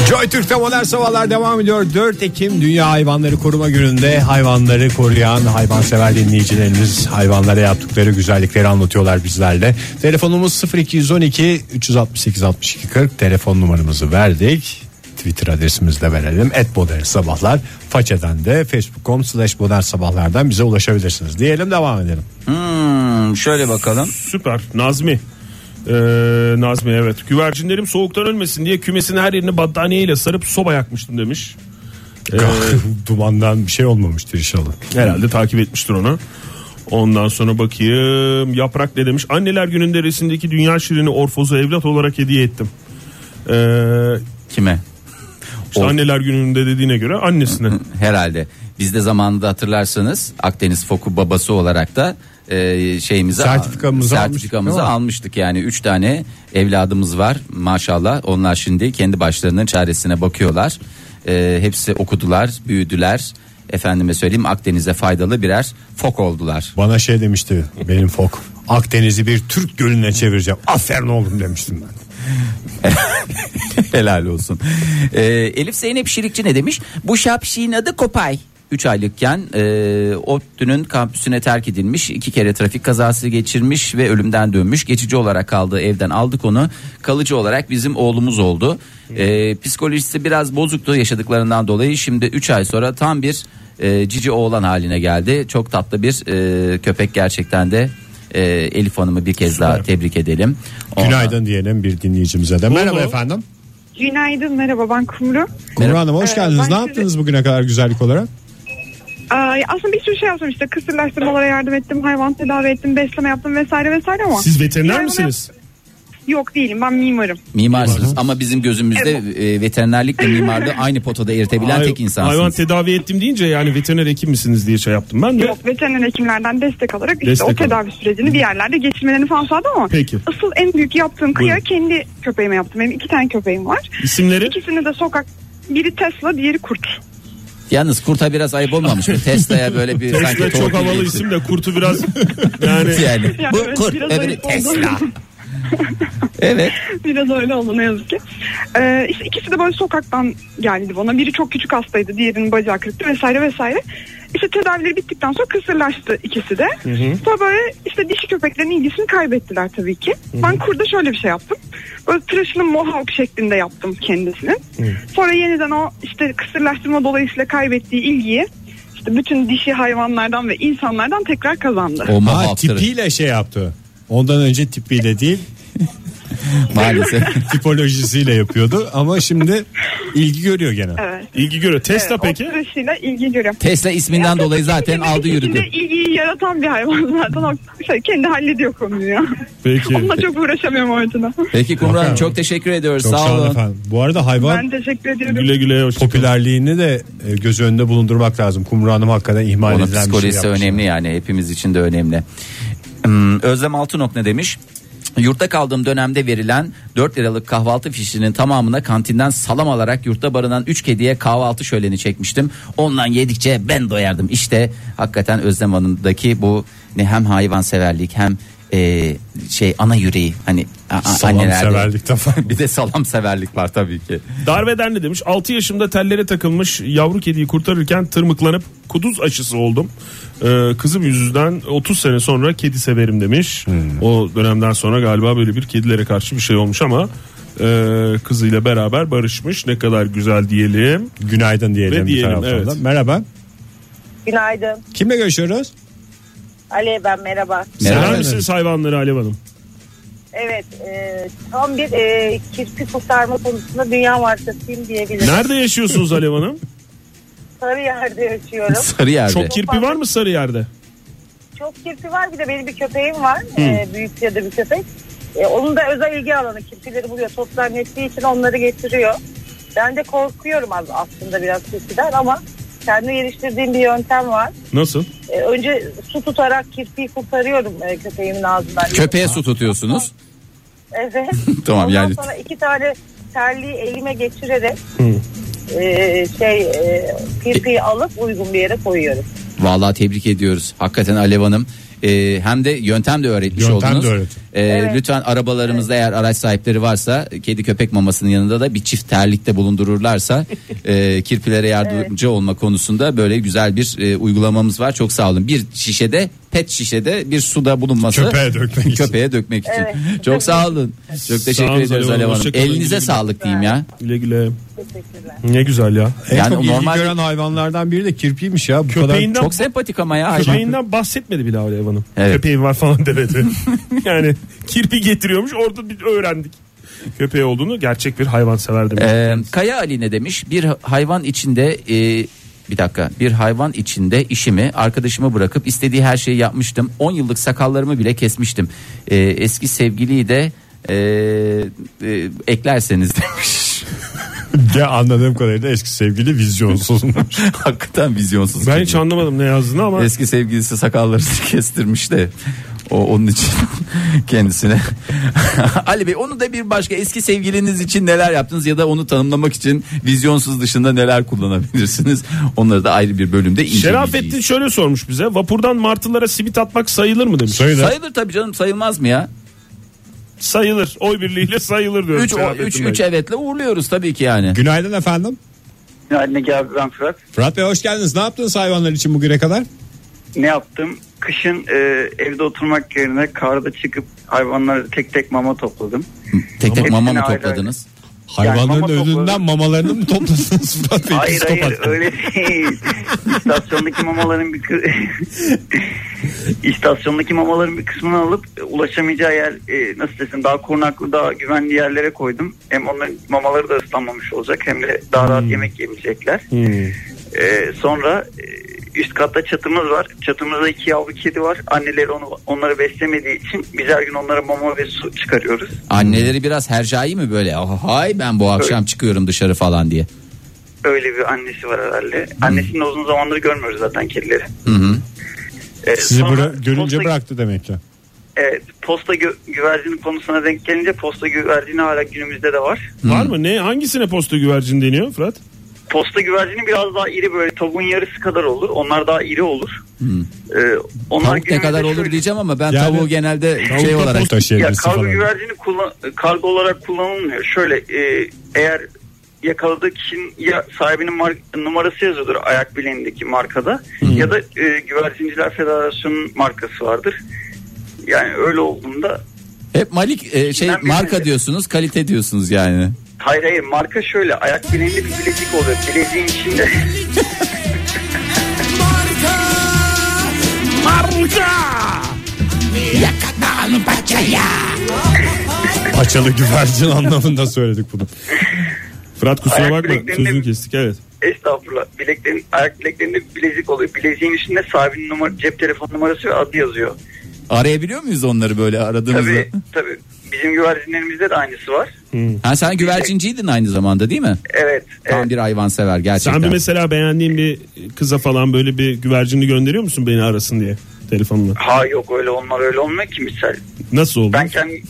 [SPEAKER 1] Joy Türk'te modern sabahlar devam ediyor. 4 Ekim Dünya Hayvanları Koruma Günü'nde hayvanları koruyan hayvansever dinleyicilerimiz hayvanlara yaptıkları güzellikleri anlatıyorlar bizlerle. Telefonumuz 0212 368 62 40 telefon numaramızı verdik. Twitter adresimizi de verelim. Et modern sabahlar. Façeden de facebook.com slash modern sabahlardan bize ulaşabilirsiniz. Diyelim devam edelim.
[SPEAKER 2] Hmm, şöyle bakalım.
[SPEAKER 3] Süper. Nazmi. Ee, Nazmi evet. Güvercinlerim soğuktan ölmesin diye kümesin her yerini battaniyeyle sarıp soba yakmıştım demiş.
[SPEAKER 1] Dumandan bir şey olmamıştır inşallah.
[SPEAKER 3] Herhalde takip etmiştir onu. Ondan sonra bakayım yaprak ne demiş. Anneler gününde resimdeki dünya şirini Orfoz'a evlat olarak hediye ettim. Ee,
[SPEAKER 2] Kime?
[SPEAKER 3] işte
[SPEAKER 2] Or-
[SPEAKER 3] anneler gününde dediğine göre annesine.
[SPEAKER 2] Herhalde. Biz de zamanında hatırlarsanız Akdeniz Foku babası olarak da e, şeyimizi
[SPEAKER 1] Sertifikamızı
[SPEAKER 2] sertifikamızı
[SPEAKER 1] almıştık,
[SPEAKER 2] almıştık yani 3 tane evladımız var maşallah onlar şimdi kendi başlarının çaresine bakıyorlar E, hepsi okudular büyüdüler efendime söyleyeyim Akdeniz'e faydalı birer fok oldular
[SPEAKER 1] Bana şey demişti benim fok. Akdeniz'i bir Türk gölüne çevireceğim. Aferin oğlum demiştim ben.
[SPEAKER 2] helal olsun E, Elif Zeynep Şirikçi ne demiş bu şapşiğin adı Kopay 3 aylıkken e, ODTÜ'nün kampüsüne terk edilmiş. iki kere trafik kazası geçirmiş ve ölümden dönmüş. Geçici olarak kaldığı evden aldık onu. Kalıcı olarak bizim oğlumuz oldu. E, psikolojisi biraz bozuktu yaşadıklarından dolayı. Şimdi 3 ay sonra tam bir e, cici oğlan haline geldi. Çok tatlı bir e, köpek gerçekten de. E, Elif Hanım'ı bir kez daha tebrik edelim. Ondan-
[SPEAKER 1] Günaydın diyelim bir dinleyicimize de. Merhaba
[SPEAKER 3] Oldu.
[SPEAKER 1] efendim.
[SPEAKER 9] Günaydın merhaba ben Kumru.
[SPEAKER 1] Kumru Hanım hoş
[SPEAKER 9] Ee,
[SPEAKER 1] geldiniz.
[SPEAKER 9] ben
[SPEAKER 1] Ne
[SPEAKER 9] sizi-
[SPEAKER 1] yaptınız bugüne kadar güzellik olarak?
[SPEAKER 9] Aa, ya aslında bir sürü şey yaptım işte kısırlaştırmalara yardım ettim, hayvan tedavi ettim, besleme yaptım vesaire vesaire ama
[SPEAKER 3] Siz veteriner
[SPEAKER 9] Yani
[SPEAKER 3] misiniz?
[SPEAKER 9] yok değilim ben mimarım.
[SPEAKER 2] Mimarsınız ama bizim gözümüzde e, veterinerlikle mimarlığı aynı potada eritebilen
[SPEAKER 3] Hay-
[SPEAKER 2] tek insansınız.
[SPEAKER 3] Hayvan tedavi ettim deyince yani veteriner hekim misiniz diye şey yaptım ben de.
[SPEAKER 9] Yok veteriner hekimlerden destek alarak işte
[SPEAKER 3] Destek
[SPEAKER 9] o
[SPEAKER 3] alarak.
[SPEAKER 9] tedavi sürecini bir yerlerde geçirmelerini falan sağladım ama
[SPEAKER 3] Peki.
[SPEAKER 9] asıl en büyük yaptığım kıya
[SPEAKER 3] Buyurun.
[SPEAKER 9] kendi köpeğime yaptım. Benim iki tane köpeğim var.
[SPEAKER 3] İsimleri?
[SPEAKER 9] İkisini de sokak Biri Tesla, diğeri kurt.
[SPEAKER 2] Yalnız kurta biraz ayıp olmamış mı? Tesla'ya böyle bir
[SPEAKER 3] Tesla
[SPEAKER 2] sanki
[SPEAKER 3] çok
[SPEAKER 2] torpil
[SPEAKER 3] havalı
[SPEAKER 2] geçti.
[SPEAKER 3] isim de kurtu biraz yani
[SPEAKER 2] yani.
[SPEAKER 9] Ya
[SPEAKER 2] Bu
[SPEAKER 9] evet,
[SPEAKER 2] kurt
[SPEAKER 9] biraz
[SPEAKER 2] öbürü
[SPEAKER 9] ayıp oldu.
[SPEAKER 2] Tesla. evet.
[SPEAKER 9] Biraz öyle oldu ne yazık ki. Ee, işte ikisi de böyle sokaktan geldi bana. Biri çok küçük hastaydı, diğerinin bacağı kırıktı vesaire vesaire. İşte tedavileri bittikten sonra kısırlaştı ikisi de. Sonra böyle işte dişi köpeklerin ilgisini kaybettiler tabii ki. Ben kurda şöyle bir şey yaptım. Böyle tıraşını mohawk şeklinde yaptım kendisini. Sonra yeniden o işte kısırlaştırma dolayısıyla kaybettiği ilgiyi işte bütün dişi hayvanlardan ve insanlardan tekrar kazandı.
[SPEAKER 2] O
[SPEAKER 1] Ha,
[SPEAKER 2] muhaftır.
[SPEAKER 1] tipiyle şey yaptı. Ondan önce tipiyle değil
[SPEAKER 2] Maalesef.
[SPEAKER 1] tipolojisiyle yapıyordu ama şimdi ilgi görüyor gene.
[SPEAKER 9] Evet.
[SPEAKER 3] ilgi görüyor. Tesla
[SPEAKER 9] Evet, O
[SPEAKER 3] peki?
[SPEAKER 9] tıraşıyla ilgi görüyor.
[SPEAKER 2] Tesla isminden dolayı zaten
[SPEAKER 9] Kendi
[SPEAKER 2] aldı yürüdü.
[SPEAKER 9] içinde ilgiyi yaratan bir hayvan zaten. O şey, kendi hallediyor konuyu ya.
[SPEAKER 3] Peki.
[SPEAKER 9] Onunla çok uğraşamıyorum o açıdan.
[SPEAKER 2] Peki Kumran çok teşekkür ediyoruz.
[SPEAKER 1] Çok
[SPEAKER 2] sağ olun.
[SPEAKER 1] efendim. Bu arada hayvan
[SPEAKER 9] Ben teşekkür ediyorum.
[SPEAKER 3] Güle güle hoşça kalın.
[SPEAKER 1] popülerliğini de e, göz önünde bulundurmak lazım. Kumru Hanım hakikaten ihmal
[SPEAKER 2] Onun
[SPEAKER 1] edilen bir şey
[SPEAKER 2] psikolojisi
[SPEAKER 1] yapmış.
[SPEAKER 2] önemli yani hepimiz için de önemli. Hmm, Özlem Altınok ne demiş? Yurtta kaldığım dönemde verilen 4 liralık kahvaltı fişinin tamamına kantinden salam alarak yurtta barınan 3 kediye kahvaltı şöleni çekmiştim. Ondan yedikçe ben doyardım. İşte hakikaten Özlem Hanım'daki bu ne hem hayvanseverlik hem e, şey ana yüreği hani a- a-
[SPEAKER 1] Salam
[SPEAKER 2] annelerde.
[SPEAKER 1] severlikten falan.
[SPEAKER 2] Bir de salam severlik var tabii ki.
[SPEAKER 3] Darveden ne demiş? 6 yaşımda tellere takılmış yavru kediyi kurtarırken tırmıklanıp kuduz aşısı oldum. Ee, kızım yüzünden 30 sene sonra kedi severim demiş. O dönemden sonra galiba böyle bir kedilere karşı bir şey olmuş ama e, kızıyla beraber barışmış. Ne kadar güzel diyelim.
[SPEAKER 1] Günaydın diyelim,
[SPEAKER 3] Ve
[SPEAKER 1] bir
[SPEAKER 3] diyelim,
[SPEAKER 1] taraftan
[SPEAKER 3] evet.
[SPEAKER 1] da. Merhaba.
[SPEAKER 5] Günaydın.
[SPEAKER 1] Kimle görüşüyoruz?
[SPEAKER 5] Ali ben merhaba.
[SPEAKER 2] Merhaba.
[SPEAKER 3] Sever misiniz hayvanları Alev Hanım?
[SPEAKER 5] Evet e, tam bir e, kirpi kurtarma konusunda dünya markasıyım diyebilirim.
[SPEAKER 3] Nerede yaşıyorsunuz Alev Hanım?
[SPEAKER 5] Sarıyer'de yaşıyorum.
[SPEAKER 2] Sarı yerde.
[SPEAKER 3] Çok kirpi var mı Sarıyer'de?
[SPEAKER 5] Çok kirpi var bir de benim bir köpeğim var. E, büyük ya da bir köpek. E, onun da özel ilgi alanı kirpileri buluyor. Toplar netliği için onları getiriyor. Ben de korkuyorum az aslında biraz kirpiden ama kendi geliştirdiğim bir yöntem var.
[SPEAKER 3] Nasıl?
[SPEAKER 5] E, önce su tutarak kirpiyi kurtarıyorum e, köpeğimin ağzından.
[SPEAKER 2] Köpeğe su tutuyorsunuz.
[SPEAKER 5] Evet.
[SPEAKER 2] Tamam,
[SPEAKER 5] Ondan
[SPEAKER 2] yani-
[SPEAKER 5] sonra iki tane terliği elime geçirerek e, şey e, kirpiyi alıp uygun bir yere koyuyorum.
[SPEAKER 2] Vallahi tebrik ediyoruz. Hakikaten Alev Hanım. Ee, hem de yöntem de öğretmiş
[SPEAKER 1] Yöntem de
[SPEAKER 2] oldunuz.
[SPEAKER 1] öğrettim.
[SPEAKER 2] Ee, Lütfen arabalarımızda eğer araç sahipleri varsa kedi köpek mamasının yanında da bir çift terlikte bulundururlarsa e, kirpilere yardımcı olma konusunda böyle güzel bir e, uygulamamız var. Çok sağ olun. Bir şişede pet şişede bir suda bulunması.
[SPEAKER 1] Köpeğe dökmek için.
[SPEAKER 2] Köpeğe dökmek için.
[SPEAKER 5] Evet.
[SPEAKER 2] Çok sağ olun. Çok teşekkür
[SPEAKER 3] olun,
[SPEAKER 2] ediyoruz
[SPEAKER 3] Alev
[SPEAKER 2] Alev
[SPEAKER 3] Hanım.
[SPEAKER 2] Hanım.
[SPEAKER 3] Hoşça kalın. Güle
[SPEAKER 2] Elinize
[SPEAKER 3] güle.
[SPEAKER 2] sağlık diyeyim ya.
[SPEAKER 3] Güle güle.
[SPEAKER 5] Teşekkürler.
[SPEAKER 3] Ne güzel ya.
[SPEAKER 1] En
[SPEAKER 2] Yani
[SPEAKER 1] Ee, çok
[SPEAKER 2] normal-
[SPEAKER 1] ilgi gören hayvanlardan biri de kirpiymiş ya. Bu kadar
[SPEAKER 3] Köpeğinden
[SPEAKER 2] Çok sempatik ama ya. hayvan.
[SPEAKER 3] Köpeğinden bahsetmedi bile Alev Hanım.
[SPEAKER 2] Evet.
[SPEAKER 3] Köpeğim var falan demedi. yani kirpi getiriyormuş orada bir öğrendik. Köpeği olduğunu gerçek bir hayvansever demek.
[SPEAKER 2] Ee, Kaya Ali ne demiş? Bir hayvan içinde e, bir dakika bir hayvan içinde işimi arkadaşımı bırakıp istediği her şeyi yapmıştım. 10 yıllık sakallarımı bile kesmiştim. Ee, eski sevgiliyi de e, e, eklerseniz demiş.
[SPEAKER 1] Ya anladığım kadarıyla eski sevgili vizyonsuzmuş.
[SPEAKER 2] Hakikaten vizyonsuz.
[SPEAKER 3] ben
[SPEAKER 2] kadın.
[SPEAKER 3] hiç anlamadım ne yazdığını ama
[SPEAKER 2] Eski sevgilisi sakallarını kestirmiş de o onun için kendisine. Ali Bey onu da bir başka eski sevgiliniz için neler yaptınız ya da onu tanımlamak için vizyonsuz dışında neler kullanabilirsiniz? Onları da ayrı bir bölümde inceleyeceğiz.
[SPEAKER 3] Şerafettin şöyle sormuş bize. Vapurdan martılara simit atmak sayılır mı demiş.
[SPEAKER 1] Sayılır.
[SPEAKER 2] Sayılır tabii canım sayılmaz mı ya?
[SPEAKER 3] sayılır. Oy birliğiyle sayılır diyor.
[SPEAKER 2] 3
[SPEAKER 3] Şerafettin
[SPEAKER 2] 3
[SPEAKER 3] Bey.
[SPEAKER 2] 3 evetle uğurluyoruz tabii ki yani.
[SPEAKER 1] Günaydın efendim.
[SPEAKER 10] Anne abi ben Fırat.
[SPEAKER 1] Fırat Bey hoş geldiniz. Ne yaptınız hayvanlar için bugüne kadar?
[SPEAKER 10] Ne yaptım? Kışın e, evde oturmak yerine karda çıkıp hayvanları tek tek mama topladım.
[SPEAKER 2] Tek tek
[SPEAKER 10] Hepsini
[SPEAKER 2] mama mı
[SPEAKER 10] ayrı ayrı.
[SPEAKER 2] topladınız?
[SPEAKER 1] Hayvanların
[SPEAKER 10] mama topladım.
[SPEAKER 1] özünden mamalarını mı topladınız Fırat Bey?
[SPEAKER 10] hayır
[SPEAKER 1] Psikopat.
[SPEAKER 10] hayır öyle değil. İstasyondaki mamaların bir kı- İstasyondaki mamaların bir kısmını alıp e, ulaşamayacağı yer e, nasıl desem daha korunaklı daha güvenli yerlere koydum. Hem onların mamaları da ıslanmamış olacak hem de daha rahat yemek yemeyecekler. E, sonra e, üst katta çatımız var. Çatımızda iki yavru kedi var. Anneleri onu, onları beslemediği için biz her gün onlara mama ve su çıkarıyoruz.
[SPEAKER 2] Anneleri biraz hercai mi böyle? "Ah, Hay ben bu akşam çıkıyorum dışarı falan diye.
[SPEAKER 10] Öyle bir annesi var herhalde. Annesini
[SPEAKER 2] Hmm.
[SPEAKER 10] de uzun zamandır görmüyoruz zaten kedileri.
[SPEAKER 2] Hı hı.
[SPEAKER 10] E,
[SPEAKER 1] Sizi
[SPEAKER 10] sonra
[SPEAKER 1] bıra- görünce
[SPEAKER 10] posta-
[SPEAKER 1] bıraktı demek ki.
[SPEAKER 10] Evet, posta gü- güvercini konusuna denk gelince posta güvercini hala günümüzde de var.
[SPEAKER 3] Var mı? Ne hangisine posta güvercin deniyor Fırat?
[SPEAKER 10] Posta güvercini biraz daha iri böyle tavuğun yarısı kadar olur. Onlar daha iri olur. Ee, onlar
[SPEAKER 2] Hmm. Tavuk ne
[SPEAKER 10] genelde
[SPEAKER 2] kadar olur
[SPEAKER 10] şöyle-
[SPEAKER 2] diyeceğim ama ben
[SPEAKER 1] Yani-
[SPEAKER 2] tavuğu genelde
[SPEAKER 1] Tavuk
[SPEAKER 2] şey
[SPEAKER 1] da
[SPEAKER 2] olarak
[SPEAKER 1] posta
[SPEAKER 10] Ya
[SPEAKER 1] taşıyabilirsin
[SPEAKER 10] kargo
[SPEAKER 1] falan.
[SPEAKER 10] güvercini kullan, kargo olarak kullanılmıyor. Şöyle e, eğer yakaladığı kişinin ya sahibinin mar- numarası yazıyordur ayak bileğindeki markada ya da e, güvercinciler federasyonunun markası vardır. Yani öyle olduğunda
[SPEAKER 2] hep Malik e, şey
[SPEAKER 10] Ben
[SPEAKER 2] marka
[SPEAKER 10] bilmiyorum.
[SPEAKER 2] diyorsunuz, kalite diyorsunuz yani.
[SPEAKER 10] hayır hayır marka şöyle ayak bileğinde bir bilezik oluyor. Bileziğin içinde
[SPEAKER 1] Paçalı güvercin anlamında söyledik bunu.
[SPEAKER 3] Fırat kusura
[SPEAKER 10] Ayak
[SPEAKER 3] bakma
[SPEAKER 10] bileklerinde-
[SPEAKER 3] sözünü kestik evet.
[SPEAKER 10] estağfurullah bileklerin ayak bileklerinde bir bilezik oluyor. Bileziğin içinde sahibinin numara, cep telefon numarası ve adı yazıyor.
[SPEAKER 2] Arayabiliyor muyuz onları böyle aradığımızda?
[SPEAKER 10] Tabii tabii bizim güvercinlerimizde de aynısı var.
[SPEAKER 3] Hmm.
[SPEAKER 2] Ha sen güvercinciydin aynı zamanda değil mi?
[SPEAKER 10] Evet. evet.
[SPEAKER 2] Tam bir hayvansever
[SPEAKER 3] Sen
[SPEAKER 2] gerçekten.
[SPEAKER 3] bir mesela beğendiğin bir kıza falan böyle bir güvercini gönderiyor musun beni arasın diye telefonla?
[SPEAKER 10] Ha yok öyle onlar öyle olmuyor ki misal.
[SPEAKER 3] Nasıl oldu?
[SPEAKER 10] Ben kendim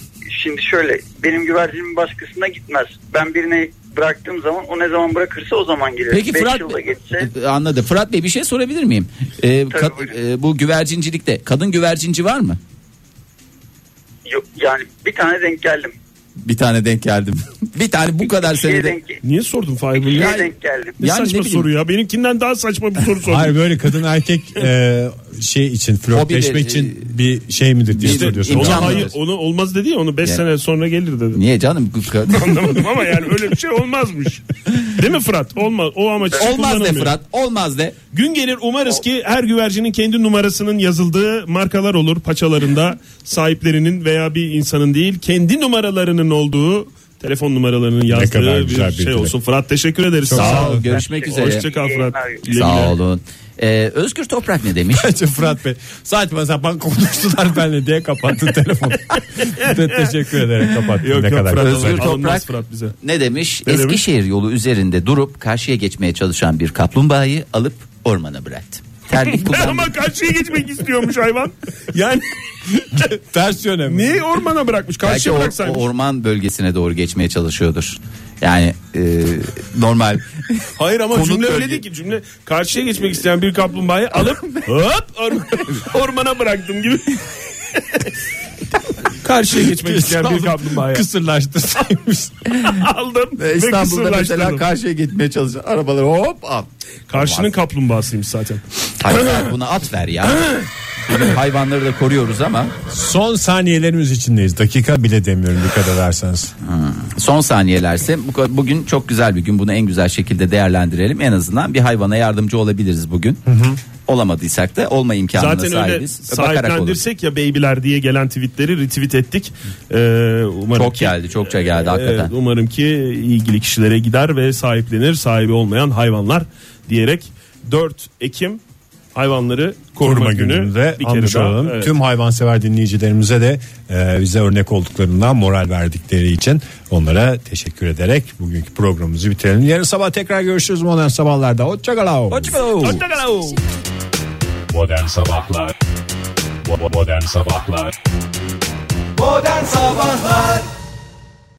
[SPEAKER 10] şimdi şöyle benim güvercinim başkasına gitmez. Ben birine bıraktığım zaman o ne zaman bırakırsa o zaman gelir.
[SPEAKER 2] Peki
[SPEAKER 10] Beş
[SPEAKER 2] Fırat
[SPEAKER 10] yılda geçse
[SPEAKER 2] Ee, anladım. Fırat Bey bir şey sorabilir miyim? Ee,
[SPEAKER 10] Tabii,
[SPEAKER 2] ka-
[SPEAKER 10] buyurun.
[SPEAKER 2] e, bu güvercincilikte kadın güvercinci var mı?
[SPEAKER 10] yok, yani bir tane denk geldim.
[SPEAKER 2] Bir tane denk geldim. bir tane bu kadar
[SPEAKER 10] Bir şeye
[SPEAKER 2] senede.
[SPEAKER 10] denk, bir
[SPEAKER 3] Niye sordun Fahir bunu?
[SPEAKER 10] şeye
[SPEAKER 3] Ya,
[SPEAKER 10] denk geldim.
[SPEAKER 3] ne
[SPEAKER 2] Yani ne
[SPEAKER 3] saçma
[SPEAKER 2] bileyim.
[SPEAKER 3] soru ya. Benimkinden daha saçma bir soru sordun.
[SPEAKER 1] Hayır böyle kadın erkek e, şey için flörtleşme
[SPEAKER 2] Hobileri,
[SPEAKER 1] için bir şey midir diye
[SPEAKER 2] bir-
[SPEAKER 1] soruyorsun.
[SPEAKER 2] imkan-
[SPEAKER 3] Ona
[SPEAKER 2] Canlı.
[SPEAKER 3] hayır onu olmaz dedi ya onu 5
[SPEAKER 2] Yani.
[SPEAKER 3] sene sonra gelir dedi.
[SPEAKER 2] Niye canım? Bu kadın-
[SPEAKER 3] Anlamadım ama yani öyle bir şey olmazmış. Değil mi Fırat? Olmaz. O amaç için
[SPEAKER 2] Olmaz de
[SPEAKER 3] kullanılmıyor.
[SPEAKER 2] Fırat. Olmaz de.
[SPEAKER 3] Gün gelir umarız ki her güvercinin kendi numarasının yazıldığı markalar olur paçalarında sahiplerinin veya bir insanın değil kendi numaralarının olduğu telefon numaralarının
[SPEAKER 1] kadar
[SPEAKER 3] yazdığı bir
[SPEAKER 1] güzel bir
[SPEAKER 3] şey
[SPEAKER 1] dilek.
[SPEAKER 3] olsun. Fırat teşekkür ederiz.
[SPEAKER 1] Çok sağ
[SPEAKER 3] sağ
[SPEAKER 1] olun.
[SPEAKER 3] ol.
[SPEAKER 2] Görüşmek üzere.
[SPEAKER 3] Hoşçakal Fırat. Güle güle.
[SPEAKER 2] Sağ olun. Ee, Özgür Toprak ne demiş?
[SPEAKER 1] Bence Fırat Bey saçma sapan konuştular benimle diye kapattı telefonu. Te- Teşekkür ederim kapattı.
[SPEAKER 3] Yok
[SPEAKER 1] ne
[SPEAKER 3] yok
[SPEAKER 1] kadar
[SPEAKER 3] Fırat
[SPEAKER 1] güzel.
[SPEAKER 2] Özgür
[SPEAKER 3] alınmaz
[SPEAKER 2] Toprak.
[SPEAKER 3] Fırat bize.
[SPEAKER 2] Ne demiş?
[SPEAKER 3] Ne demiş?
[SPEAKER 2] Eskişehir yolu üzerinde durup karşıya geçmeye çalışan bir kaplumbağayı alıp ormana bıraktı. Terlik kullandı.
[SPEAKER 3] Ama karşıya geçmek istiyormuş hayvan. Yani
[SPEAKER 1] Ters yöne mi?
[SPEAKER 3] niye ormana bırakmış?
[SPEAKER 2] Belki
[SPEAKER 3] Karşıya
[SPEAKER 2] o-
[SPEAKER 3] bıraksaymış.
[SPEAKER 2] o orman bölgesine doğru geçmeye çalışıyordur. Yani e, normal.
[SPEAKER 3] Hayır ama
[SPEAKER 2] Konut
[SPEAKER 3] cümle öyle
[SPEAKER 2] bölge.
[SPEAKER 3] değil ki cümle karşıya geçmek isteyen bir kaplumbağayı alıp hop or- ormana bıraktım gibi. karşıya geçmek isteyen bir kaplumbağayı
[SPEAKER 1] Kısırlaştırsaymış.
[SPEAKER 3] aldım ve
[SPEAKER 2] İstanbul'da mesela
[SPEAKER 3] kısırlaştırdım.
[SPEAKER 2] karşıya gitmeye çalışan arabaları hop al.
[SPEAKER 3] Karşının kaplumbağasıymış zaten.
[SPEAKER 2] Hayır, hayır, buna at ver ya. Bugün hayvanları da koruyoruz ama
[SPEAKER 1] Son saniyelerimiz içindeyiz. Dakika bile demiyorum dikkat ederseniz.
[SPEAKER 2] Hmm. son saniyelerse bu- bugün çok güzel bir gün bunu en güzel şekilde değerlendirelim. En azından bir hayvana yardımcı olabiliriz bugün. Olamadıysak da olma imkanına
[SPEAKER 3] Zaten öyle
[SPEAKER 2] sahibiz. Bakarak olur.
[SPEAKER 3] sahiplendirsek ya beybiler diye gelen tweetleri retweet ettik. Ee, umarım
[SPEAKER 2] Çok
[SPEAKER 3] ki-
[SPEAKER 2] geldi çokça geldi hakikaten.
[SPEAKER 3] Evet, umarım ki ilgili kişilere gider ve sahiplenir sahibi olmayan hayvanlar diyerek 4 Ekim hayvanları koruma,
[SPEAKER 1] Koruma
[SPEAKER 3] günü
[SPEAKER 1] gününde
[SPEAKER 3] bir kere
[SPEAKER 1] anmış
[SPEAKER 3] daha.
[SPEAKER 1] olalım.
[SPEAKER 3] Evet.
[SPEAKER 1] Tüm hayvansever dinleyicilerimize de e, bize örnek olduklarından moral verdikleri için onlara teşekkür ederek bugünkü programımızı bitirelim. Yarın sabah tekrar görüşürüz modern sabahlarda. Hoşçakalın.
[SPEAKER 3] Hoşçakalın.
[SPEAKER 11] Modern Sabahlar Bo- Modern Sabahlar
[SPEAKER 12] Modern Sabahlar